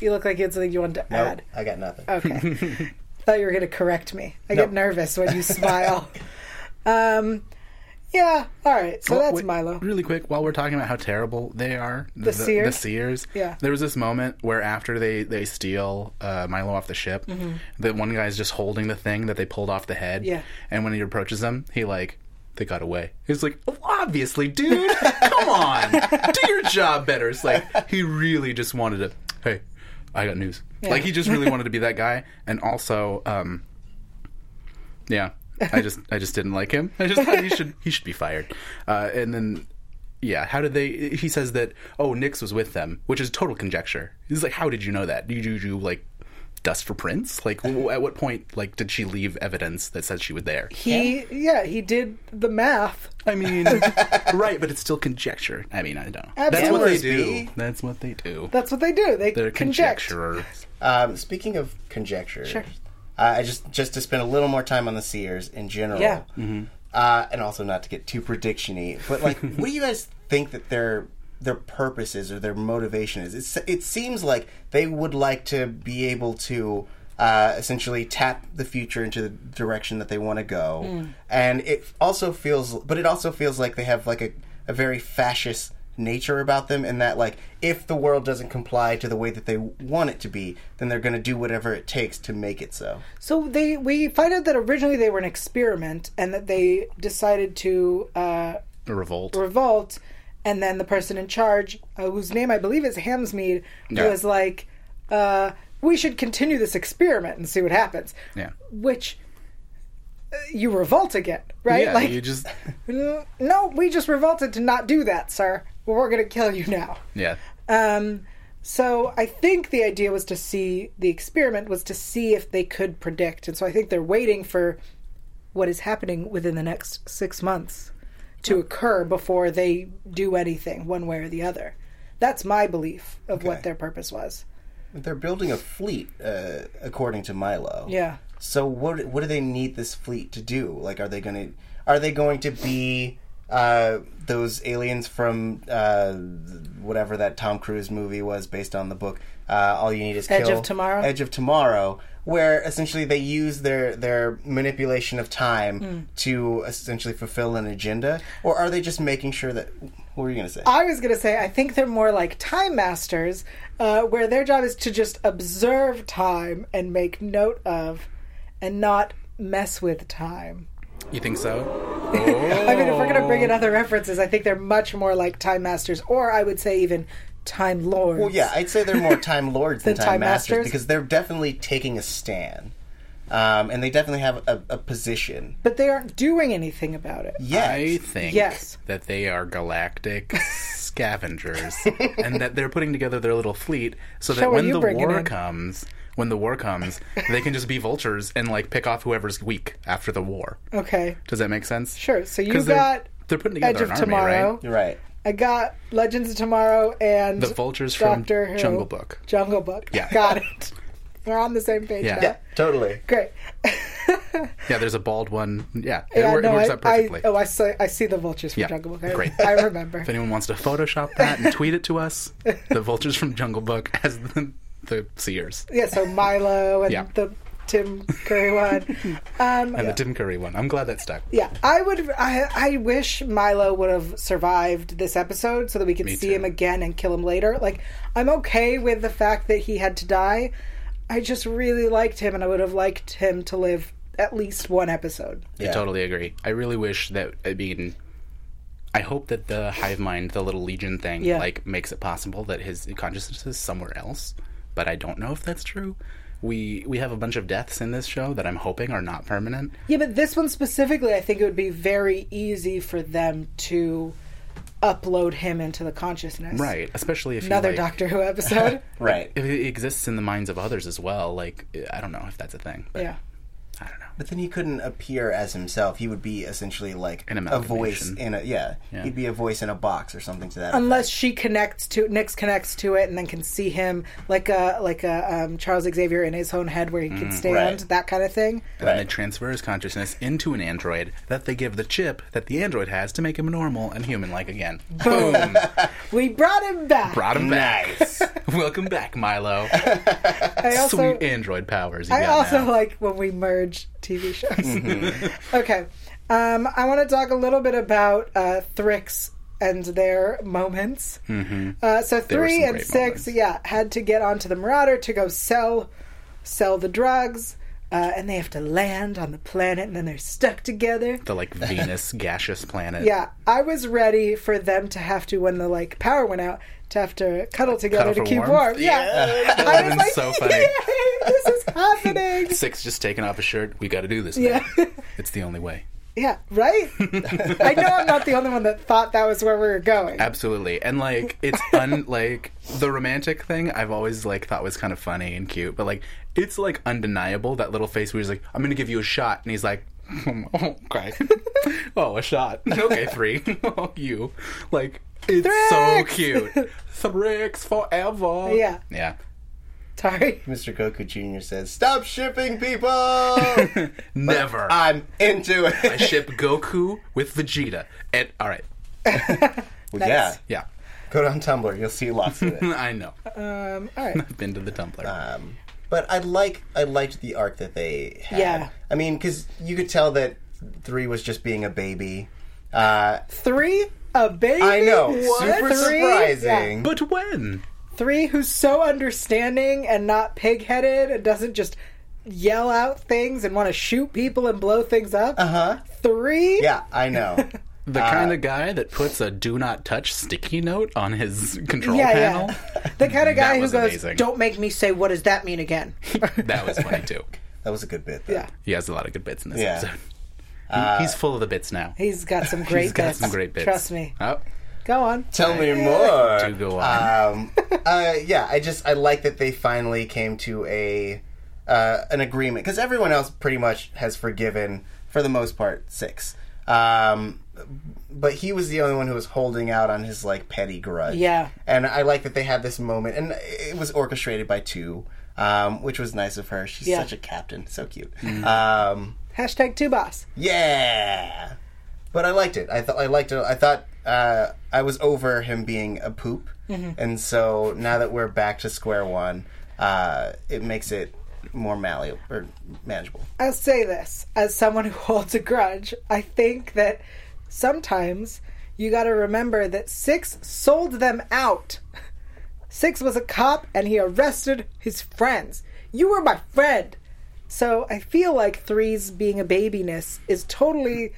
Speaker 1: You look like you had something you wanted to
Speaker 4: Nope,
Speaker 1: add.
Speaker 4: Oh, I got nothing.
Speaker 1: Okay. Thought you were going to correct me. I get nervous when you smile. um, yeah. All right. So
Speaker 3: Well,
Speaker 1: that's
Speaker 3: wait,
Speaker 1: Milo.
Speaker 3: Really quick, while we're talking about how terrible they are, the,
Speaker 1: Seer?
Speaker 3: the Seers.
Speaker 1: Yeah.
Speaker 3: There was this moment where after they they steal uh, Milo off the ship, the one guy's just holding the thing that they pulled off the head.
Speaker 1: Mm-hmm. Yeah.
Speaker 3: And when he approaches them, he like. They got away. He's like, "Oh, obviously, dude. Come on, do your job better. It's like he really just wanted to. Hey, I got news. Like he just really wanted to be that guy. And also, um, yeah, I just I just didn't like him. I just thought he should he should be fired. Uh, and then yeah, how did they? He says that oh Nix was with them, which is total conjecture. He's like, how did you know that? Did you, did you like dust for prints? Like w- at what point like did she leave evidence that said she was there?
Speaker 1: He yeah he did the math.
Speaker 3: I mean, right, but it's still conjecture. I mean, I don't know. That's what they
Speaker 4: Absolutely.
Speaker 3: do. That's what they do.
Speaker 1: That's what they do. They
Speaker 3: They're
Speaker 1: conjecture.
Speaker 3: conjecturers.
Speaker 4: Um, speaking of conjecture,
Speaker 1: Sure.
Speaker 4: uh, I just just to spend a little more time on the Seers in general.
Speaker 1: Yeah.
Speaker 4: Uh, and also not to get too predictiony, but like, what do you guys think that their their purpose is or their motivation is? It's, it seems like they would like to be able to uh, essentially tap the future into the direction that they want to go, and it also feels, but it also feels like they have like a, a very fascist nature about them in that like if the world doesn't comply to the way that they want it to be then they're going to do whatever it takes to make it so
Speaker 1: So they we find out that originally they were an experiment and that they decided to uh,
Speaker 3: A revolt.
Speaker 1: revolt, and then the person in charge, uh, whose name I believe is Hamsmead,
Speaker 3: Yeah.
Speaker 1: was like, uh, "We should continue this experiment and see what happens."
Speaker 3: Yeah.
Speaker 1: Which uh, you revolt again, right?
Speaker 3: Yeah,
Speaker 1: like,
Speaker 3: you just
Speaker 1: "N- no, we just revolted to not do that, sir. We're going to kill you now.
Speaker 3: yeah.
Speaker 1: Um, So I think the idea was to see the experiment was to see if they could predict, and so I think they're waiting for what is happening within the next six months to occur before they do anything one way or the other. That's my belief of what
Speaker 4: Okay.
Speaker 1: their purpose was.
Speaker 4: They're building a fleet, uh, according to Milo.
Speaker 1: Yeah.
Speaker 4: So what what do they need this fleet to do? Like, are they gonna are they going to be uh, those aliens from uh, whatever that Tom Cruise movie was based on the book? Uh, All you need is
Speaker 1: Edge
Speaker 4: kill
Speaker 1: of Tomorrow?
Speaker 4: Edge of Tomorrow, where essentially they use their their manipulation of time
Speaker 1: Hmm.
Speaker 4: to essentially fulfill an agenda, or are they just making sure that? What were you gonna say?
Speaker 1: I was going to say, I think they're more like time masters, uh, where their job is to just observe time and make note of and not mess with time.
Speaker 3: You think so?
Speaker 1: I mean, if we're going to
Speaker 3: Oh.
Speaker 1: bring in other references, I think they're much more like time masters, or I would say even time lords.
Speaker 4: Well, Oh, yeah, I'd say they're more Time Lords than
Speaker 1: Than
Speaker 4: Time,
Speaker 1: Time
Speaker 4: Masters,
Speaker 1: Masters?
Speaker 4: because they're definitely taking a stand, um, and they definitely have a, a position.
Speaker 1: But they aren't doing anything about it.
Speaker 4: Yes,
Speaker 3: I think
Speaker 1: Yes.
Speaker 3: that they are galactic scavengers and that they're putting together their little fleet so that
Speaker 1: Show what
Speaker 3: when
Speaker 1: you
Speaker 3: the
Speaker 1: bringing
Speaker 3: war
Speaker 1: in.
Speaker 3: comes, when the war comes, they can just be vultures and like pick off whoever's weak after the war.
Speaker 1: Okay.
Speaker 3: Does that make sense?
Speaker 1: Sure. So you
Speaker 3: 'Cause they're-
Speaker 1: got
Speaker 3: they're putting
Speaker 1: Edge
Speaker 3: together
Speaker 1: of
Speaker 3: an army,
Speaker 1: Tomorrow.
Speaker 3: right?
Speaker 4: you're right.
Speaker 1: I got Legends of Tomorrow and
Speaker 3: The vultures from
Speaker 1: Doctor Who.
Speaker 3: Jungle Book.
Speaker 1: Jungle Book.
Speaker 3: Yeah.
Speaker 1: Got it. We're on the same page
Speaker 3: Yeah.
Speaker 1: now.
Speaker 3: Yeah.
Speaker 4: Totally.
Speaker 1: Great.
Speaker 3: Yeah, there's a bald one. Yeah, it,
Speaker 1: Yeah,
Speaker 3: wor- it
Speaker 1: no,
Speaker 3: works
Speaker 1: I-
Speaker 3: out perfectly.
Speaker 1: I, oh, I see, I see the vultures from
Speaker 3: Yeah.
Speaker 1: Jungle Book. I,
Speaker 3: Great.
Speaker 1: I remember.
Speaker 3: If anyone wants to Photoshop that and tweet it to us, the vultures from Jungle Book as the, the seers
Speaker 1: yeah, so Milo and
Speaker 3: Yeah.
Speaker 1: the Tim Curry one. Um,
Speaker 3: and the Tim Curry one. I'm glad that stuck.
Speaker 1: yeah, I would. I, I wish Milo would have survived this episode so that we could
Speaker 3: Me
Speaker 1: see
Speaker 3: too.
Speaker 1: him again and kill him later. Like, I'm okay with the fact that he had to die. I just really liked him, and I would have liked him to live at least one episode.
Speaker 3: I totally agree. I really wish that. I mean, I hope that the hive mind, the little legion thing,
Speaker 1: Yeah.
Speaker 3: like makes it possible that his consciousness is somewhere else. But I don't know if that's true. We we have a bunch of deaths in this show that I'm hoping are not permanent.
Speaker 1: Yeah, but this one specifically, I think it would be very easy for them to upload him into the consciousness.
Speaker 3: Right, especially if
Speaker 1: Another
Speaker 3: he, like,
Speaker 1: Doctor Who episode.
Speaker 4: Right.
Speaker 3: If it exists in the minds of others as well, like I don't know if that's a thing. But
Speaker 1: yeah.
Speaker 3: I don't know.
Speaker 4: But then he couldn't appear as himself. He would be essentially like
Speaker 3: An
Speaker 4: a voice
Speaker 3: amalgamation.
Speaker 4: in a yeah. He'd be a voice in a box or something to that.
Speaker 1: Unless she connects to Nix connects to it and then can see him like a like a um, Charles Xavier in his own head where he can
Speaker 3: Mm,
Speaker 1: stand
Speaker 4: right.
Speaker 1: that kind of thing.
Speaker 3: And then it transfers consciousness into an android that they give the chip that the android has to make him normal and human like again. Boom!
Speaker 1: We brought him back.
Speaker 3: Brought him back. Welcome back, Milo.
Speaker 1: I also
Speaker 3: Sweet android powers. You
Speaker 1: I
Speaker 3: got
Speaker 1: also
Speaker 3: now.
Speaker 1: like when we merge TV shows.
Speaker 3: Mm-hmm.
Speaker 1: okay, um, I want to talk a little bit about uh, Thrix and their moments. Uh, so
Speaker 3: Mm-hmm. were
Speaker 1: three
Speaker 3: some
Speaker 1: and
Speaker 3: great
Speaker 1: six,
Speaker 3: moments.
Speaker 1: yeah, had to get onto the Marauder to go sell sell the drugs. Uh, and they have to land on the planet, and then they're stuck together.
Speaker 3: the like Venus gaseous planet.
Speaker 1: Yeah, I was ready for them to have to when the like power went out to have to cuddle together
Speaker 3: Cuddle
Speaker 1: to
Speaker 3: for
Speaker 1: keep
Speaker 3: warmth?
Speaker 1: warm. Yeah,
Speaker 3: Yeah, that
Speaker 1: I
Speaker 3: would've
Speaker 1: was
Speaker 3: been
Speaker 1: like,
Speaker 3: so funny.
Speaker 1: "Yay, this is happening.
Speaker 3: Six just taking off his shirt. We got to do this.
Speaker 1: Yeah.
Speaker 3: Man. It's the only way.
Speaker 1: Yeah, right? I know I'm not the only one that thought that was where we were going.
Speaker 3: Absolutely. And like it's un like the romantic thing I've always like thought was kind of funny and cute, but like it's like undeniable that little face where he's like, I'm gonna give you a shot and he's like okay. oh, a shot. Okay, three. oh, you. Like it's
Speaker 1: Thrix!
Speaker 3: so cute. Thrix forever.
Speaker 1: Yeah.
Speaker 3: Yeah.
Speaker 1: Sorry.
Speaker 4: Mr. Goku Jr. says, "Stop shipping people.
Speaker 3: Never.
Speaker 4: I'm into
Speaker 3: I
Speaker 4: it."
Speaker 3: ship Goku with Vegeta. And all right.
Speaker 4: Well, yeah,
Speaker 3: Yeah.
Speaker 4: go on Tumblr. You'll see lots of it.
Speaker 3: I know.
Speaker 1: Um, all right.
Speaker 3: I've been to the Tumblr.
Speaker 4: Um, but I like I liked the arc that they had.
Speaker 1: Yeah.
Speaker 4: I mean, because you could tell that three was just being a baby. Uh,
Speaker 1: Three, a baby.
Speaker 4: I know,
Speaker 1: What?
Speaker 4: super
Speaker 1: Three? Yeah.
Speaker 4: surprising.
Speaker 3: but when?
Speaker 1: Three who's so understanding and not pig headed and doesn't just yell out things and want to shoot people and blow things up. Uh huh. Three?
Speaker 4: Yeah, I know.
Speaker 3: The kind of guy that puts a do not touch sticky note on his control
Speaker 1: Yeah,
Speaker 3: panel.
Speaker 1: yeah. The kind of guy who
Speaker 3: was
Speaker 1: goes,
Speaker 3: amazing.
Speaker 1: Don't make me say, what does that mean again?
Speaker 3: That was funny too.
Speaker 4: That was a good bit. Though.
Speaker 1: yeah.
Speaker 3: He has a lot of good bits in this
Speaker 4: Yeah.
Speaker 3: Uh, episode. He, he's full of the bits now.
Speaker 1: He's got some great
Speaker 3: he's got
Speaker 1: bits.
Speaker 3: some great bits.
Speaker 1: Trust me.
Speaker 3: Oh,
Speaker 1: Go on.
Speaker 4: Tell me more.
Speaker 3: Do go on.
Speaker 4: Um, uh, yeah, I just I like that they finally came to a uh, an agreement because everyone else pretty much has forgiven for the most part six, um, but he was the only one who was holding out on his like petty grudge.
Speaker 1: Yeah.
Speaker 4: and I like that they had this moment, and it was orchestrated by two, um, which was nice of her. She's
Speaker 1: Yeah.
Speaker 4: such a captain, so cute. Um,
Speaker 1: Hashtag two boss.
Speaker 4: yeah, but I liked it. I thought I liked it. I thought uh, I was over him being a poop,
Speaker 1: Mm-hmm.
Speaker 4: and so now that we're back to square one, uh, it makes it more malleable or manageable.
Speaker 1: I'll say this as someone who holds a grudge, I think that sometimes you got to remember that Six sold them out. Six was a cop and he arrested his friends. You were my friend. So I feel like Three's being a babiness is totally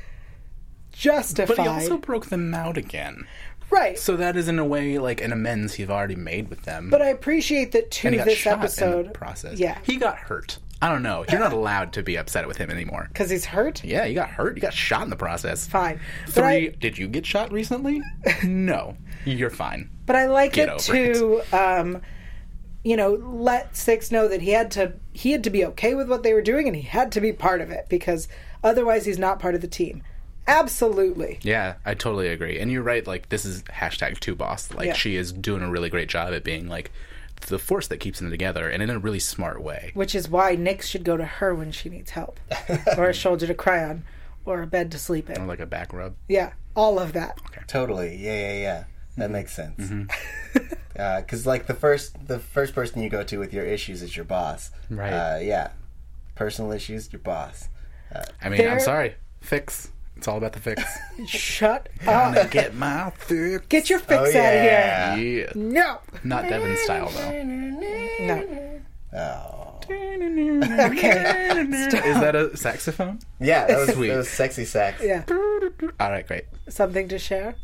Speaker 1: justified.
Speaker 3: But he also broke them out again.
Speaker 1: right.
Speaker 3: So that is in a way like an amends he've already made with them.
Speaker 1: but I appreciate that to
Speaker 3: and he got
Speaker 1: this
Speaker 3: shot
Speaker 1: episode
Speaker 3: in the process.
Speaker 1: Yeah.
Speaker 3: he got hurt. I don't know. You're not allowed to be upset with him anymore.
Speaker 1: Because he's hurt?
Speaker 3: Yeah, you got hurt. You got shot in the process.
Speaker 1: Fine. But
Speaker 3: Three.
Speaker 1: I-
Speaker 3: Did you get shot recently? no, you're fine.
Speaker 1: But I like
Speaker 3: Get
Speaker 1: it
Speaker 3: over
Speaker 1: to, um, you know, let Six know that he had to he had to be okay with what they were doing and he had to be part of it because otherwise he's not part of the team. Absolutely.
Speaker 3: Yeah, I totally agree. And you're right. Like this is hashtag two boss. Like
Speaker 1: Yeah.
Speaker 3: she is doing a really great job at being like the force that keeps them together, and in a really smart way.
Speaker 1: Which is why Nyx should go to her when she needs help, or a shoulder to cry on, or a bed to sleep in.
Speaker 3: Like a back rub.
Speaker 1: Yeah, all of that.
Speaker 4: Totally. Yeah, yeah, yeah. That makes sense.
Speaker 3: Mm-hmm.
Speaker 4: Because like the first the first person you go to with your issues is your boss.
Speaker 3: Right.
Speaker 4: Uh, yeah. Personal issues, your boss.
Speaker 3: I mean,
Speaker 1: There-
Speaker 3: I'm sorry. Fix. It's all about the fix.
Speaker 1: Shut up.
Speaker 3: Get my fix.
Speaker 1: Get your fix
Speaker 4: Oh,
Speaker 1: out of here.
Speaker 4: yeah.
Speaker 3: Yeah.
Speaker 1: No.
Speaker 3: Uh, Not Devin style though.
Speaker 1: No.
Speaker 4: Oh.
Speaker 1: Okay.
Speaker 3: Is that a saxophone?
Speaker 4: Yeah, that was
Speaker 3: Sweet.
Speaker 4: that was sexy sex.
Speaker 1: Yeah.
Speaker 3: All right, great.
Speaker 1: Something to share?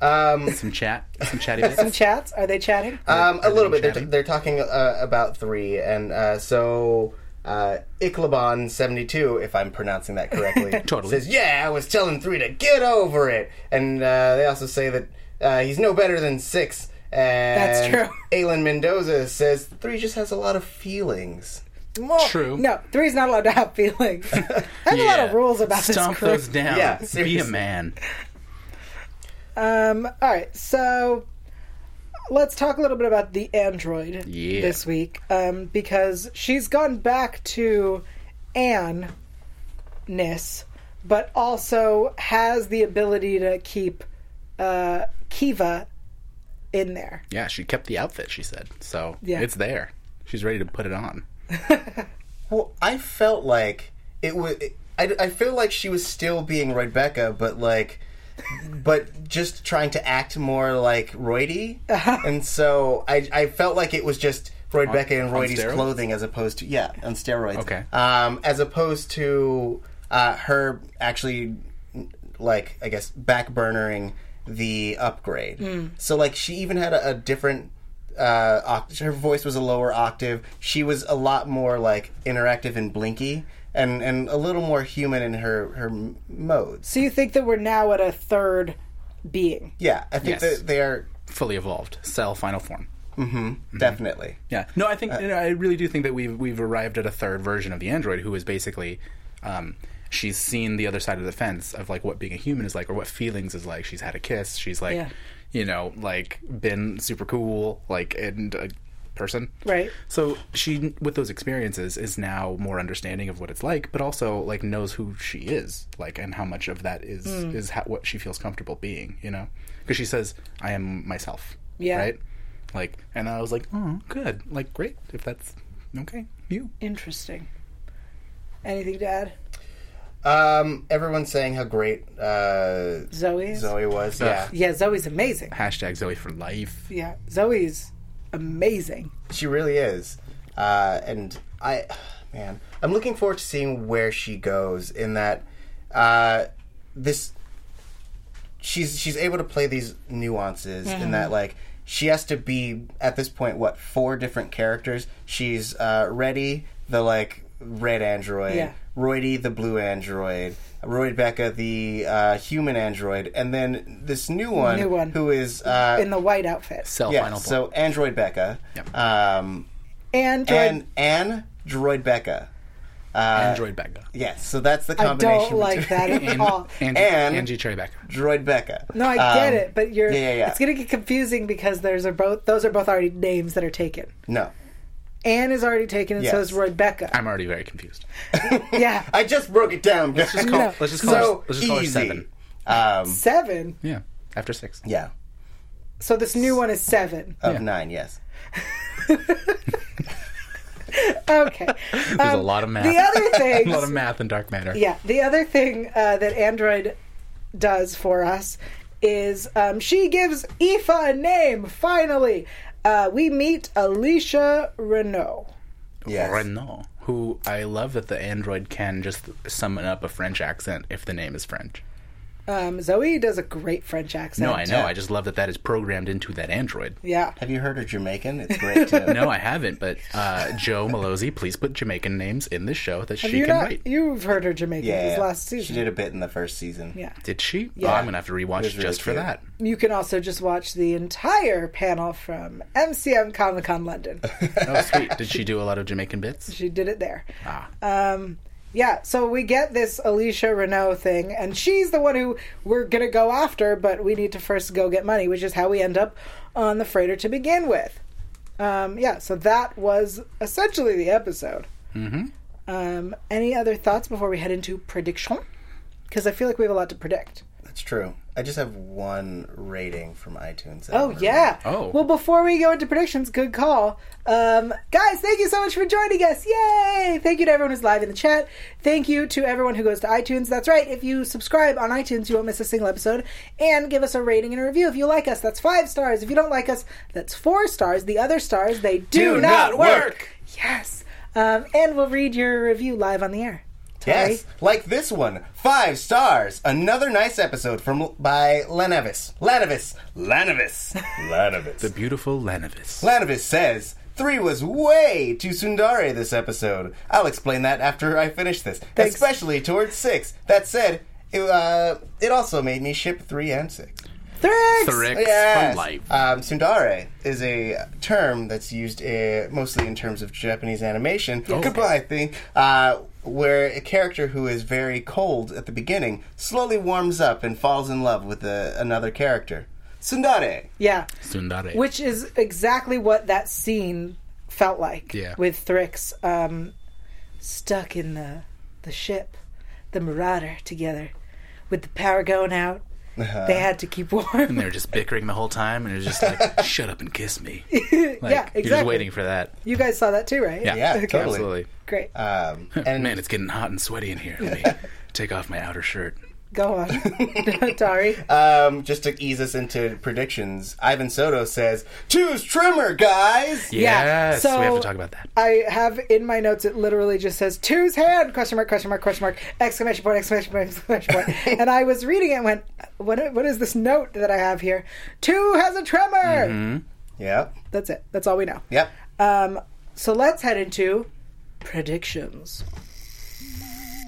Speaker 4: Um,
Speaker 3: Some chat. Some chatty bits.
Speaker 1: Some chats? Are they chatting?
Speaker 4: Um, a little bit. They're,
Speaker 3: chatting?
Speaker 4: they're talking uh, about three, and uh, so uh, Ichabod seventy two, if I'm pronouncing that correctly,
Speaker 3: Totally.
Speaker 4: says, "Yeah, I was telling three to get over it." And uh, they also say that uh, he's no better than six. And
Speaker 1: That's true.
Speaker 4: Aylin Mendoza says three just has a lot of feelings.
Speaker 1: Well,
Speaker 3: True.
Speaker 1: No, three's not allowed to have feelings. I have a lot of rules about
Speaker 3: Stomp
Speaker 1: this
Speaker 3: those
Speaker 1: crew.
Speaker 3: down.
Speaker 4: Yeah,
Speaker 3: Be a
Speaker 4: seriously.
Speaker 3: man.
Speaker 1: Um, all right, so let's talk a little bit about the android
Speaker 3: Yeah.
Speaker 1: this week um, because she's gone back to Anne ness, but also has the ability to keep uh, Kiva in there.
Speaker 3: Yeah, she kept the outfit. She said so.
Speaker 1: Yeah.
Speaker 3: it's there. She's ready to put it on.
Speaker 4: Well, I felt like it was. I, I feel like she was still being Rebecca, but like, but just trying to act more like Roydy. And so I, I felt like it was just Rebecca and
Speaker 3: on
Speaker 4: Roydy's
Speaker 3: steroids?
Speaker 4: clothing as opposed to yeah on steroids.
Speaker 3: Okay.
Speaker 4: Um, as opposed to uh, her actually like I guess backburnering the upgrade. So like she even had a, a different uh oct- her voice was a lower octave. She was a lot more like interactive and blinky and and a little more human in her her m- modes.
Speaker 1: So you think that we're now at a third being?
Speaker 4: Yeah, I
Speaker 3: Yes.
Speaker 4: think that they are
Speaker 3: Fully evolved. Cell final form. Mm-hmm.
Speaker 4: definitely.
Speaker 3: Yeah. No, I think you know, I really do think that we've we've arrived at a third version of the android, who is basically, um, she's seen the other side of the fence of like what being a human is like, or what feelings is like. She's had a kiss. She's like,
Speaker 1: Yeah.
Speaker 3: you know, like been super cool, like and a person.
Speaker 1: Right.
Speaker 3: So she, with those experiences, is now more understanding of what it's like, but also like knows who she is, like, and how much of that is
Speaker 1: Mm.
Speaker 3: is how, what she feels comfortable being, you know? Because she says, "I am myself."
Speaker 1: Yeah.
Speaker 3: Right. Like, and I was like, "Oh, good. Like, great. If that's okay, you."
Speaker 1: Interesting. Anything to add,
Speaker 4: Um everyone's saying how great uh
Speaker 1: Zoe? is?
Speaker 4: Zoe was. Yeah.
Speaker 1: Yeah, Zoe's amazing.
Speaker 3: Hashtag Zoe for life.
Speaker 1: Yeah, Zoe's amazing.
Speaker 4: She really is. Uh, and I, man, I'm looking forward to seeing where she goes in that uh, this. She's she's able to play these nuances in that
Speaker 1: Mm-hmm.
Speaker 4: like she has to be at this point what four different characters. She's uh, ready the like red android,
Speaker 1: Yeah.
Speaker 4: Roydy the blue android, Roy Becca, the uh, human android, and then this new one,
Speaker 1: New one.
Speaker 4: who is uh,
Speaker 1: in the white outfit.
Speaker 3: Sell
Speaker 4: yeah,
Speaker 3: final
Speaker 4: so android Becca,
Speaker 3: Yep.
Speaker 4: um,
Speaker 1: and Droid-
Speaker 4: and and droid Becca.
Speaker 3: Android Becca.
Speaker 4: Yes, so that's the
Speaker 1: I
Speaker 4: combination.
Speaker 1: don't like
Speaker 4: between-
Speaker 1: that at all.
Speaker 3: Angie,
Speaker 4: and-
Speaker 3: Angie Cherry Becca.
Speaker 4: Droid Becca.
Speaker 1: No, I get
Speaker 4: Um,
Speaker 1: it, but you're
Speaker 4: yeah, yeah, yeah.
Speaker 1: it's going to get confusing because there's are both those are both already names that are taken.
Speaker 4: No,
Speaker 1: Anne is already taken, and so
Speaker 4: Yes.
Speaker 1: is Roy Becca.
Speaker 3: I'm already very confused.
Speaker 1: yeah,
Speaker 4: I just broke it down. Let's
Speaker 3: just call- No. Oh, let's just call her- let's just call her seven.
Speaker 4: Um,
Speaker 1: seven.
Speaker 3: Yeah. After six.
Speaker 4: yeah,
Speaker 1: So this new one is seven.
Speaker 4: of
Speaker 3: Yeah.
Speaker 4: nine. Yes.
Speaker 1: Okay.
Speaker 3: There's a
Speaker 1: Um,
Speaker 3: lot of math.
Speaker 1: The other
Speaker 3: a lot of
Speaker 1: thing,
Speaker 3: math and dark matter.
Speaker 1: yeah, the other thing uh, that Android does for us is um, she gives Aoife a name. Finally, uh, we meet Alicia Renault.
Speaker 4: Yes.
Speaker 3: Renault, who I love that the android can just summon up a French accent if the name is French.
Speaker 1: Um, Zoe does a great French accent.
Speaker 3: No, I know. I just love that that is programmed into that android.
Speaker 1: Yeah.
Speaker 4: Have you heard of Jamaican? It's great too.
Speaker 3: No, I haven't. But uh, Joe Malozzi, please put Jamaican names in this show that she
Speaker 1: you
Speaker 3: can
Speaker 1: not,
Speaker 3: write.
Speaker 1: You've heard her Jamaican
Speaker 4: Yeah,
Speaker 1: these
Speaker 4: yeah.
Speaker 1: last season.
Speaker 4: She did a bit in the first season.
Speaker 1: Yeah.
Speaker 3: Did she?
Speaker 1: Yeah.
Speaker 3: Oh, I'm gonna have to rewatch
Speaker 4: was really
Speaker 3: just for
Speaker 4: cute.
Speaker 3: that.
Speaker 1: You can also just watch the entire panel from MCM Comic Con London.
Speaker 3: Oh, sweet. Did she do a lot of Jamaican bits?
Speaker 1: she did it there.
Speaker 3: Ah,
Speaker 1: Um, yeah, so we get this Alicia Renault thing, and she's the one who we're going to go after, but we need to first go get money, which is how we end up on the freighter to begin with. Um, yeah, so that was essentially the episode. Mm-hmm. Um, any other thoughts before we head into prediction? Because I feel like we have a lot to predict.
Speaker 4: That's true. I just have one rating from iTunes.
Speaker 1: Oh yeah.
Speaker 3: Oh.
Speaker 1: Well, before we go into predictions, good call, um, guys. Thank you so much for joining us. Yay! Thank you to everyone who's live in the chat. Thank you to everyone who goes to iTunes. That's right. If you subscribe on iTunes, you won't miss a single episode. And give us a rating and a review if you like us. That's five stars. If you don't like us, that's four stars. The other stars they do, not, work. Yes. Um, and we'll read your review live on the air.
Speaker 4: Yes, like this one, five stars. Another nice episode from by Lenavis. Lenavis. Lenavis.
Speaker 3: the
Speaker 4: Lenavis.
Speaker 3: beautiful Lanavis.
Speaker 4: Lenavis says three was way too Sundare this episode. I'll explain that after I finish this,
Speaker 1: Thanks.
Speaker 4: especially towards six. That said, it, uh, it also made me ship three and six.
Speaker 1: Thrix.
Speaker 3: Thrix
Speaker 4: Yes.
Speaker 3: for life.
Speaker 4: Um, tsundere is a term that's used uh, mostly in terms of Japanese animation. Goodbye thing, uh, where a character who is very cold at the beginning slowly warms up and falls in love with a, another character. Tsundere.
Speaker 1: Yeah.
Speaker 3: Sundare.
Speaker 1: which is exactly what that scene felt like
Speaker 3: Yeah.
Speaker 1: with Thrix um, stuck in the the ship, the Marauder together, with the power going out. They had to keep warm.
Speaker 3: and they're just bickering the whole time, and it's just like, shut up and kiss me. Like,
Speaker 1: yeah,
Speaker 3: You're just
Speaker 1: exactly.
Speaker 3: waiting for that.
Speaker 1: You guys saw that too, right?
Speaker 3: Yeah,
Speaker 4: Yeah, totally.
Speaker 3: absolutely.
Speaker 1: Great.
Speaker 4: Um, and
Speaker 3: Man, it's getting hot and sweaty in here. Let me take off my outer shirt.
Speaker 1: Go on, Dari.
Speaker 4: um, just to ease us into predictions, Ivan Soto says, "Choose Trimmer, guys."
Speaker 1: Yeah,
Speaker 3: Yes,
Speaker 1: so-
Speaker 3: we have to talk about that.
Speaker 1: I have in my notes. It literally just says two's hand question mark question mark question mark exclamation point exclamation point exclamation point. and I was reading it and went, what, what is this note that I have here? Two has a tremor.
Speaker 3: Mm-hmm.
Speaker 4: Yep.
Speaker 1: That's it. That's all we know.
Speaker 4: Yep.
Speaker 1: Um, so let's head into predictions.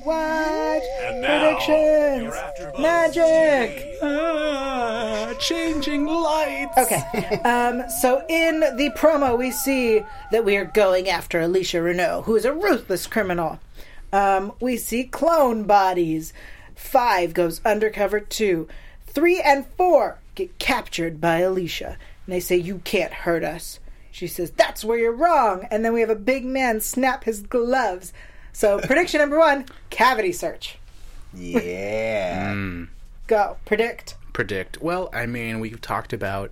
Speaker 1: What? predictions. Magic.
Speaker 3: Ah, changing lights.
Speaker 1: Okay. um, so in the promo, we see that we are going after Alicia Renault, who is a ruthless criminal. Um, we see clone bodies. Five goes undercover. Two, three, and four get captured by Alicia, and they say, "You can't hurt us." She says, "That's where you're wrong." And then we have a big man snap his gloves. So prediction number one: cavity search.
Speaker 4: Yeah.
Speaker 1: Go predict.
Speaker 3: Predict. Well, I mean, we've talked about.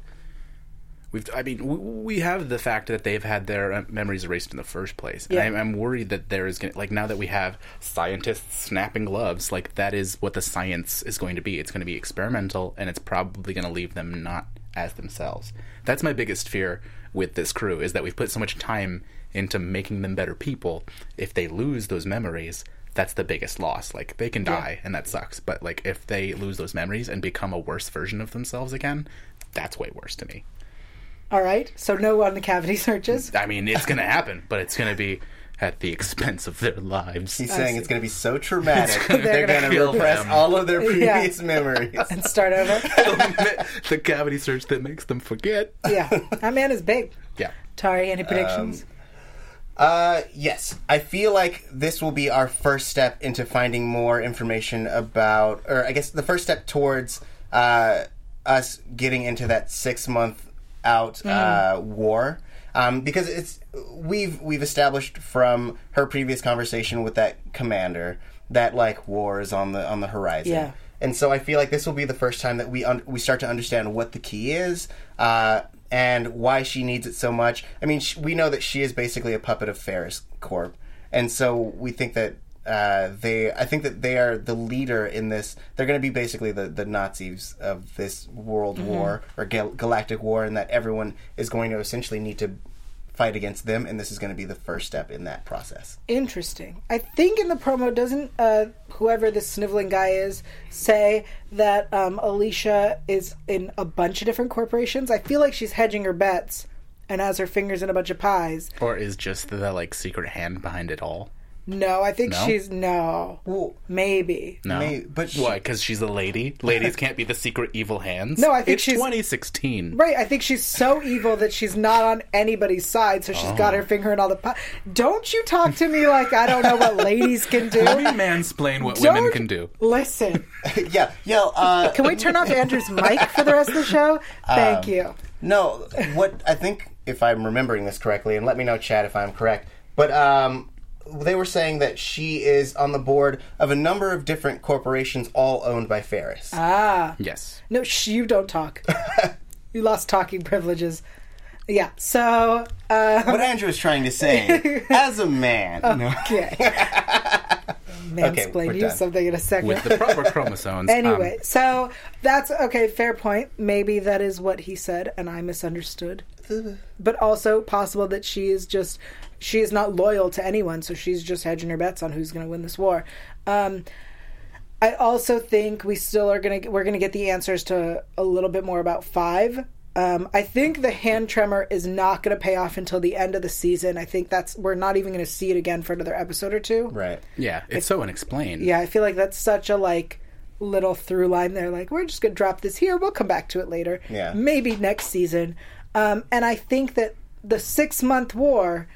Speaker 3: We've, I mean, we, we have the fact that they've had their uh, memories erased in the first place. And
Speaker 1: Yeah.
Speaker 3: I'm, I'm worried that there is going to, like, now that we have scientists snapping gloves, like, that is what the science is going to be. It's going to be experimental, and it's probably going to leave them not as themselves. That's my biggest fear with this crew, is that we've put so much time into making them better people. If they lose those memories, that's the biggest loss. Like, they can die, and that sucks. But, like, if they lose those memories and become a worse version of themselves again, that's way worse to me.
Speaker 1: All right. So no on the cavity searches.
Speaker 3: I mean, it's going to happen, but it's going to be at the expense of their lives.
Speaker 4: He's saying it's going to be so traumatic. They're,
Speaker 1: They're
Speaker 4: going
Speaker 1: gonna
Speaker 4: to
Speaker 3: kill
Speaker 4: repress
Speaker 3: them.
Speaker 4: all of their
Speaker 1: Yeah.
Speaker 4: previous memories.
Speaker 1: and start over.
Speaker 3: the cavity search that makes them forget.
Speaker 1: yeah, that man is big.
Speaker 3: Yeah.
Speaker 1: Tari, any predictions?
Speaker 4: Uh, yes, I feel like this will be our first step into finding more information about, or I guess the first step towards uh, us getting into that six month out uh, war. Um, because it's we've we've established from her previous conversation with that commander that like war is on the on the horizon.
Speaker 1: Yeah.
Speaker 4: And so I feel like this will be the first time that we un- we start to understand what the key is uh, and why she needs it so much. I mean, sh- we know that she is basically a puppet of Ferris Corp, and so we think that uh, they. I think that they are the leader in this. They're going to be basically the the Nazis of this world war or gal- galactic war, and that everyone is going to essentially need to fight against them, and this is going to be the first step in that process.
Speaker 1: Interesting. I think in the promo doesn't uh, whoever this sniveling guy is say that um, Alicia is in a bunch of different corporations. I feel like she's hedging her bets and has her fingers in a bunch of pies.
Speaker 3: Or is just the like secret hand behind it all?
Speaker 1: No, I think
Speaker 3: No?
Speaker 1: she's no.
Speaker 4: Well,
Speaker 1: Maybe.
Speaker 3: No.
Speaker 4: May- but she-
Speaker 3: Why? Because she's a lady. Ladies can't be the secret evil hands.
Speaker 1: No, I think
Speaker 3: it's
Speaker 1: she's-
Speaker 3: 2016.
Speaker 1: Right, I think she's so evil that she's not on anybody's side, so she's
Speaker 3: Oh.
Speaker 1: got her finger in all the pies. Don't you talk to me like I don't know what ladies can do.
Speaker 3: Let me mansplain what women
Speaker 1: Don't-
Speaker 3: can do.
Speaker 1: Listen,
Speaker 4: yeah, yeah. Uh,
Speaker 1: can we turn off Andrew's mic for the rest of the show? Thank
Speaker 4: Um,
Speaker 1: you.
Speaker 4: No, what I think, if I'm remembering this correctly, and let me know, Chad, if I'm correct, but um, they were saying that she is on the board of a number of different corporations, all owned by Ferris.
Speaker 3: Yes.
Speaker 1: No, sh- you don't talk. you lost talking privileges. Yeah, so, uh,
Speaker 4: what Andrew is trying to say, as a man, no.
Speaker 1: okay. Mansplain
Speaker 4: we're
Speaker 1: you
Speaker 4: done.
Speaker 1: something in a second.
Speaker 3: With the proper chromosomes.
Speaker 1: Anyway,
Speaker 3: um,
Speaker 1: so that's okay, fair point. Maybe that is what he said and I misunderstood. But also possible that she is just she is not loyal to anyone, so she's just hedging her bets on who's going to win this war. Um I also think we still are going to we're going to get the answers to a little bit more about 5. Um, I think the hand tremor is not going to pay off until the end of the season. I think that's we're not even going to see it again for another episode or two.
Speaker 4: right?
Speaker 3: yeah, it's so unexplained.
Speaker 1: Yeah, I feel like that's such a like little through line there. Like we're just gonna drop this here. We'll come back to it later.
Speaker 4: Yeah.
Speaker 1: maybe next season. Um, and I think that the six month war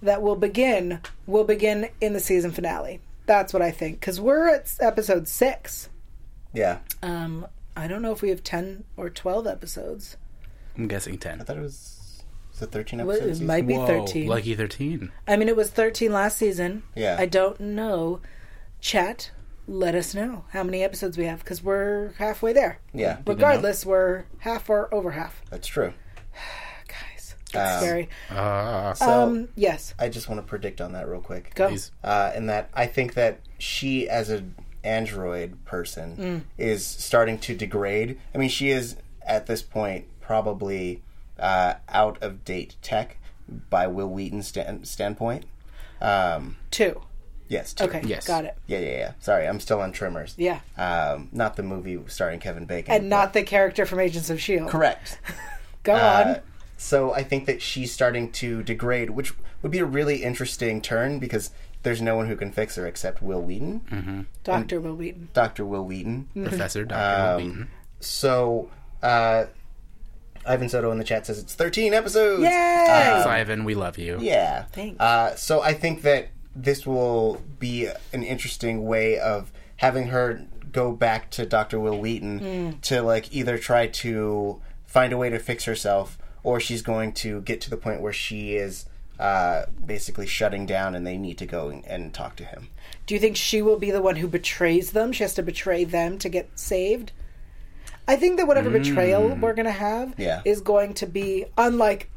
Speaker 1: that will begin will begin in the season finale. That's what I think because we're at s- episode six.
Speaker 4: Yeah, I
Speaker 1: Um, I don't know if we have ten or twelve episodes.
Speaker 3: I'm guessing 10.
Speaker 4: thought it was the 13
Speaker 1: Well,
Speaker 4: episodes.
Speaker 1: it might be
Speaker 3: Whoa,
Speaker 1: thirteen.
Speaker 3: Lucky 13.
Speaker 1: I mean, it was thirteen last season.
Speaker 4: Yeah.
Speaker 1: I don't know. Chat, let us know how many episodes we have because we're halfway there.
Speaker 4: yeah,
Speaker 1: Regardless, we're half or over half.
Speaker 4: that's true.
Speaker 1: Guys, that's scary.
Speaker 3: Ah,
Speaker 4: So
Speaker 1: Um, yes.
Speaker 4: I just want to predict on that real quick.
Speaker 1: Go.
Speaker 3: these-
Speaker 4: uh, in that I think that she, as an android person,
Speaker 1: Mm.
Speaker 4: is starting to degrade. I mean, she is at this point probably uh, out of date tech by Will Wheaton's stan- standpoint. Um,
Speaker 1: Two.
Speaker 4: yes. too.
Speaker 1: Okay.
Speaker 3: Yes.
Speaker 1: Got it.
Speaker 4: Yeah, yeah, yeah. Sorry, I'm still on Tremors.
Speaker 1: Yeah.
Speaker 4: Um, not the movie starring Kevin Bacon.
Speaker 1: And not the character from Agents of S.H.I.E.L.D.
Speaker 4: correct.
Speaker 1: E Go
Speaker 4: Uh,
Speaker 1: on.
Speaker 4: so I think that she's starting to degrade, which would be a really interesting turn because there's no one who can fix her except Will Wheaton,
Speaker 1: Dr. Will Wheaton.
Speaker 4: Dr. Will Wheaton.
Speaker 3: Professor Dr. Wheaton.
Speaker 4: So, uh, Ivan Soto in the chat says it's 13 episodes.
Speaker 1: Yay!
Speaker 3: Thanks, Ivan. We love you.
Speaker 4: Yeah.
Speaker 1: Thanks.
Speaker 4: Uh, so I think that this will be an interesting way of having her go back to Dr. Will Wheaton
Speaker 1: Hmm.
Speaker 4: to like either try to find a way to fix herself or she's going to get to the point where she is uh, basically shutting down and they need to go and, and talk to him.
Speaker 1: Do you think she will be the one who betrays them? She has to betray them to get saved? I think that whatever betrayal we're going to have
Speaker 4: Yeah.
Speaker 1: is going to be unlike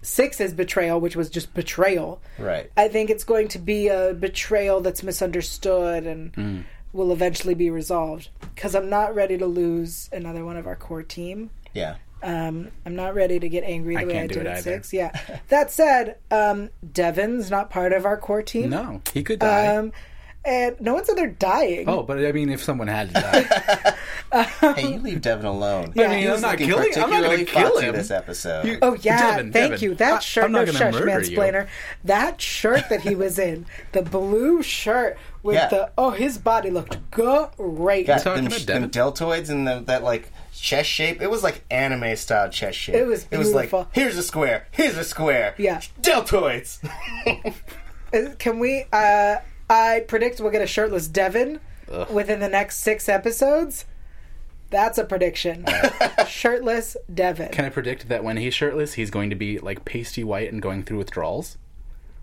Speaker 1: Six's betrayal, which was just betrayal.
Speaker 4: Right.
Speaker 1: I think it's going to be a betrayal that's misunderstood and
Speaker 3: Mm.
Speaker 1: will eventually be resolved. Because I'm not ready to lose another one of our core team.
Speaker 4: yeah.
Speaker 1: Um, I'm not ready to get angry the
Speaker 3: I
Speaker 1: way
Speaker 3: can't
Speaker 1: I
Speaker 3: do
Speaker 1: did
Speaker 3: it
Speaker 1: at
Speaker 3: either.
Speaker 1: six. Yeah. That said, um, Devin's not part of our core team.
Speaker 3: No, he could die.
Speaker 1: Um, and no one said they're dying.
Speaker 3: oh, but I mean, if someone had to die.
Speaker 4: Hey, you leave Devin alone.
Speaker 1: Yeah.
Speaker 3: I
Speaker 1: He
Speaker 3: mean,
Speaker 1: was
Speaker 3: I'm not
Speaker 4: looking
Speaker 3: killing. I'm not
Speaker 4: particularly
Speaker 3: going to kill
Speaker 4: foxy
Speaker 3: him.
Speaker 4: this episode.
Speaker 3: You-
Speaker 1: Oh yeah,
Speaker 3: Devin,
Speaker 1: thank
Speaker 3: Devin,
Speaker 1: you. That
Speaker 3: I-
Speaker 1: shirt,
Speaker 3: I'm not
Speaker 1: no
Speaker 3: gonna
Speaker 1: shush,
Speaker 3: murder you.
Speaker 1: mansplainer. That shirt that he was in, the blue shirt with
Speaker 4: Yeah.
Speaker 1: the oh, his body looked great.
Speaker 4: Got
Speaker 3: talking
Speaker 4: them,
Speaker 3: about
Speaker 4: them
Speaker 3: Devin?
Speaker 4: deltoids and the, that like chest shape. It was like anime style chest shape.
Speaker 1: It was
Speaker 4: It was like
Speaker 1: beautiful.
Speaker 4: here's a square, here's a square.
Speaker 1: Yeah.
Speaker 4: deltoids.
Speaker 1: Is- Can we? Uh, I predict we'll get a shirtless Devin within the next six episodes. That's a prediction. shirtless Devin.
Speaker 3: Can I predict that when he's shirtless, he's going to be like pasty white and going through withdrawals?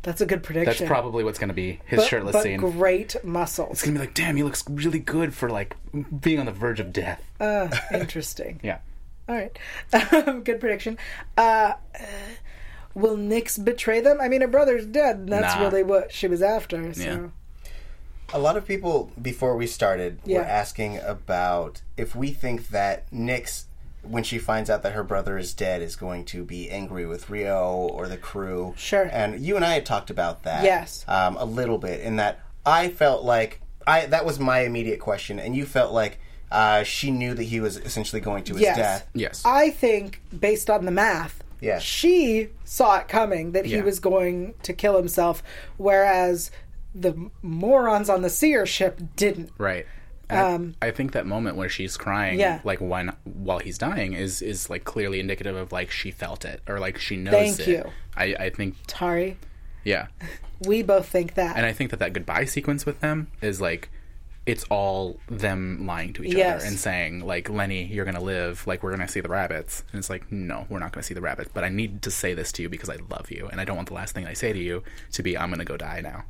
Speaker 1: That's a good
Speaker 3: That's
Speaker 1: prediction.
Speaker 3: probably what's going to be his
Speaker 1: But-
Speaker 3: shirtless
Speaker 1: but
Speaker 3: scene.
Speaker 1: Great
Speaker 3: It's
Speaker 1: muscles.
Speaker 3: going to be like, damn, he looks really good for like being on the verge of death.
Speaker 1: Uh, interesting.
Speaker 3: yeah.
Speaker 1: All right. Good prediction. Uh, uh, will Nyx betray them? I mean, her brother's dead. and That's
Speaker 3: Nah.
Speaker 1: really what she was after. So.
Speaker 3: Yeah.
Speaker 4: A lot of people before we started
Speaker 1: Yeah.
Speaker 4: were asking about if we think that Nyx, when she finds out that her brother is dead, is going to be angry with Rio or the crew.
Speaker 1: Sure.
Speaker 4: And you and I had talked about that.
Speaker 1: Yes.
Speaker 4: Um, a little bit in that I felt like I that was my immediate question, and you felt like uh, she knew that he was essentially going to his
Speaker 1: Yes.
Speaker 4: death.
Speaker 3: Yes.
Speaker 1: I think, based on the math,
Speaker 4: Yeah.
Speaker 1: she saw it coming that he
Speaker 3: Yeah.
Speaker 1: was going to kill himself, whereas the morons on the seer ship didn't.
Speaker 3: Right. And I- I, think that moment where she's crying,
Speaker 1: um, Yeah.
Speaker 3: like when while he's dying, is is like clearly indicative of like she felt it or like she knows
Speaker 1: Thank
Speaker 3: it.
Speaker 1: you.
Speaker 3: I, I think,
Speaker 1: Tari,
Speaker 3: yeah,
Speaker 1: we both think that.
Speaker 3: and I think that that goodbye sequence with them is like, it's all them lying to each
Speaker 1: Yes.
Speaker 3: other and saying like, Lenny, you're gonna live. Like we're gonna see the rabbits, and it's like, no, we're not gonna see the rabbits. But I need to say this to you because I love you, and I don't want the last thing I say to you to be, I'm gonna go die now.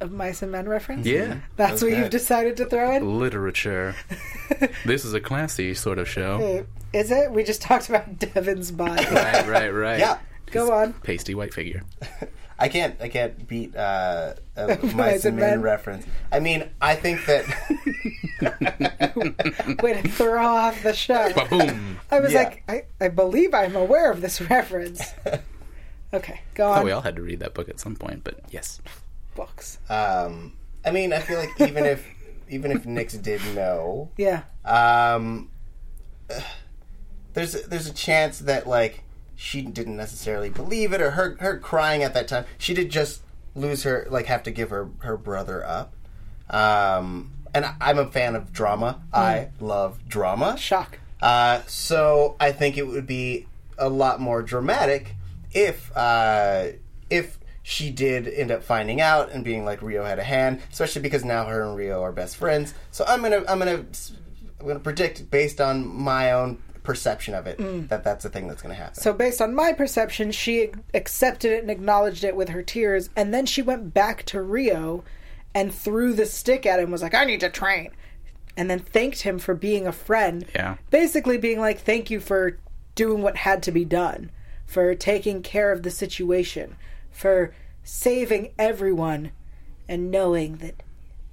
Speaker 1: A mice and men reference?
Speaker 3: Yeah.
Speaker 1: That's what
Speaker 4: Okay.
Speaker 1: you've decided to throw in?
Speaker 3: Literature. this is a classy sort of show.
Speaker 1: Is it? We just talked about Devin's body.
Speaker 3: right, right, right.
Speaker 4: Yeah.
Speaker 1: Go on.
Speaker 3: pasty white figure.
Speaker 4: I can't. I can't beat uh, a
Speaker 1: Mice
Speaker 4: mice
Speaker 1: and
Speaker 4: and men
Speaker 1: Men.
Speaker 4: reference. I mean, I think that
Speaker 1: Way to throw off the show.
Speaker 3: Boom.
Speaker 1: I was
Speaker 4: Yeah.
Speaker 1: like, I, I believe I'm aware of this reference. Okay, go on.
Speaker 3: Oh, we all had to read that book at some point, but yes.
Speaker 1: Books.
Speaker 4: Um, I mean, I feel like even if even if Nix did know,
Speaker 1: yeah.
Speaker 4: um, ugh, there's there's a chance that like she didn't necessarily believe it, or her her crying at that time, she did just lose her like have to give her her brother up. Um, and I- I'm a fan of drama. I love drama.
Speaker 1: Shock.
Speaker 4: Uh, so I think it would be a lot more dramatic if uh, if she did end up finding out and being like Rio had a hand, especially because now her and Rio are best friends. So I'm gonna I'm gonna s- I'm gonna predict based on my own perception of it that that's the thing that's gonna happen.
Speaker 1: Mm. So, based on my perception, she ac- accepted it and acknowledged it with her tears, and then she went back to Rio and threw the stick at him, was like, I need to train. And then thanked him for being a friend.
Speaker 3: Yeah.
Speaker 1: Basically, being like, thank you for doing what had to be done, for taking care of the situation, for saving everyone, and knowing that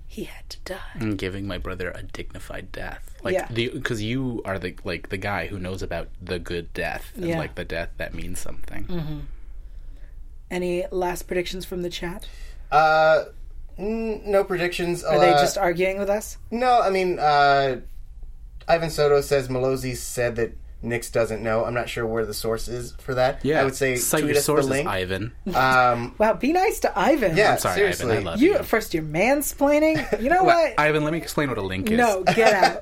Speaker 1: he had to die.
Speaker 3: And giving my brother a dignified death. Like
Speaker 1: Yeah.
Speaker 3: the cuz you are the like the guy who knows about the good death and
Speaker 1: Yeah.
Speaker 3: like the death that means something.
Speaker 1: Any last predictions from the chat?
Speaker 4: Uh, n- no predictions. Uh,
Speaker 1: Are they just arguing with us?
Speaker 4: No, I mean, uh, Ivan Soto says Malozzi said that Nix doesn't know. I'm not sure where the source is for that. I would say
Speaker 3: cite
Speaker 4: tweet
Speaker 3: your
Speaker 4: us the
Speaker 3: sources,
Speaker 4: link.
Speaker 3: Ivan.
Speaker 4: Um,
Speaker 1: Wow, be nice to Ivan.
Speaker 4: yeah,
Speaker 3: Sorry,
Speaker 4: seriously.
Speaker 3: Ivan, I love you.
Speaker 1: You at first you're mansplaining. You know what?
Speaker 3: Ivan, let me explain what a link is.
Speaker 1: no, get out.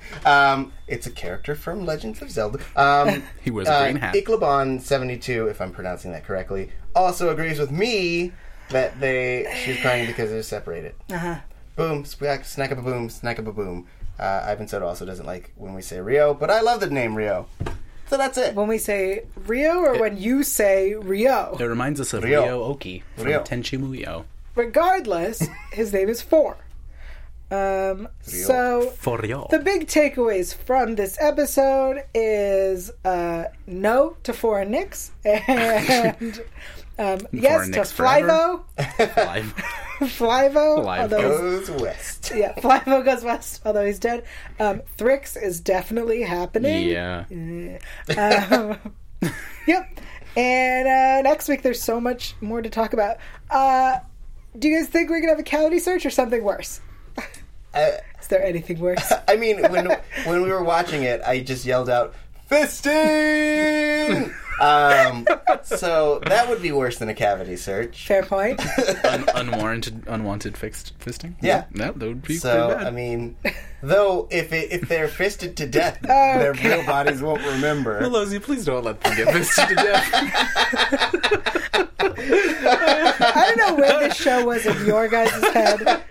Speaker 4: Um, it's a character from Legends of Zelda. Um,
Speaker 3: He wears a green hat.
Speaker 4: Iklabon72, if I'm pronouncing that correctly, also agrees with me that they she's crying because they're separated. Uh-huh. Boom, snack, snack up a boom, snack up a boom. Uh, Ivan Soto also doesn't like when we say Rio, but I love the name Rio. So that's it.
Speaker 1: When we say Rio or when you say Rio.
Speaker 3: It reminds us of
Speaker 4: Rio.
Speaker 3: Ryo, Oki from
Speaker 4: Rio.
Speaker 3: Tenchi Muyo.
Speaker 1: Regardless, his name is Four. Um so
Speaker 3: For Ryo.
Speaker 1: the big takeaways from this episode is uh, no to foreign nicks and um, yes
Speaker 3: Foreign
Speaker 1: to
Speaker 3: Nicks forever.
Speaker 1: Flyvo.
Speaker 3: Live.
Speaker 1: Flyvo.
Speaker 3: Flyvo.
Speaker 1: Although
Speaker 4: goes west.
Speaker 1: yeah, Flyvo goes west, although he's dead. Um, Thrix is definitely happening.
Speaker 3: yeah.
Speaker 1: Yep. And uh, next week, there's so much more to talk about. Uh, do you guys think we're gonna have a cavity search or something worse?
Speaker 4: I,
Speaker 1: Is there anything worse?
Speaker 4: I mean, when when we were watching it, I just yelled out "fisting." Um, so that would be worse than a cavity search.
Speaker 1: Fair point.
Speaker 3: Un- unwarranted, unwanted fixed fisting.
Speaker 4: Yeah.
Speaker 3: no, that would be
Speaker 4: So
Speaker 3: pretty bad.
Speaker 4: I mean, though if it, if they're fisted to death,
Speaker 3: Oh,
Speaker 4: their real bodies won't remember.
Speaker 3: Pelosi, please don't let them get fisted to death.
Speaker 1: I don't know where this show was in your guys' head,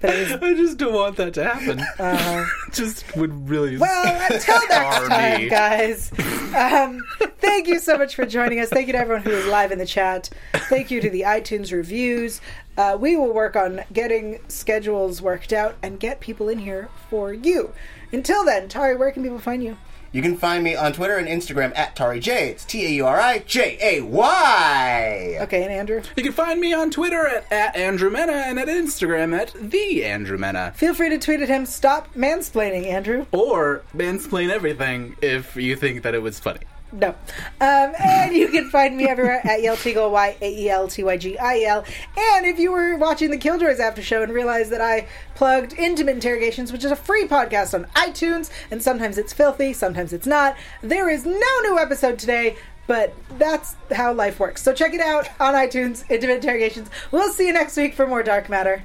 Speaker 1: but it was.
Speaker 3: I just don't want that to happen.
Speaker 4: Uh-huh.
Speaker 1: Uh,
Speaker 3: just would really.
Speaker 1: well, until next
Speaker 3: Army.
Speaker 1: time, guys. Um, thank you so much for joining us. Thank you to everyone who is live in the chat. Thank you to the iTunes reviews. Uh, we will work on getting schedules worked out and get people in here for you. Until then, Tari, where can people find you?
Speaker 4: You can find me on Twitter and Instagram at Tari J. It's T A U R I J A Y.
Speaker 1: Okay, and Andrew,
Speaker 3: you can find me on Twitter at, at Andrew Mena and at Instagram at the Andrew Mena.
Speaker 1: feel free to tweet at him. Stop mansplaining, Andrew.
Speaker 3: Or mansplain everything if you think that it was funny.
Speaker 1: No. Um, and you can find me everywhere at Yeltigle, Y A E L T Y G I E L. And if you were watching the Killjoys after show and realized that I plugged Intimate Interrogations, which is a free podcast on iTunes, and sometimes it's filthy, sometimes it's not, there is no new episode today, but that's how life works. So check it out on iTunes, Intimate Interrogations. We'll see you next week for more Dark Matter.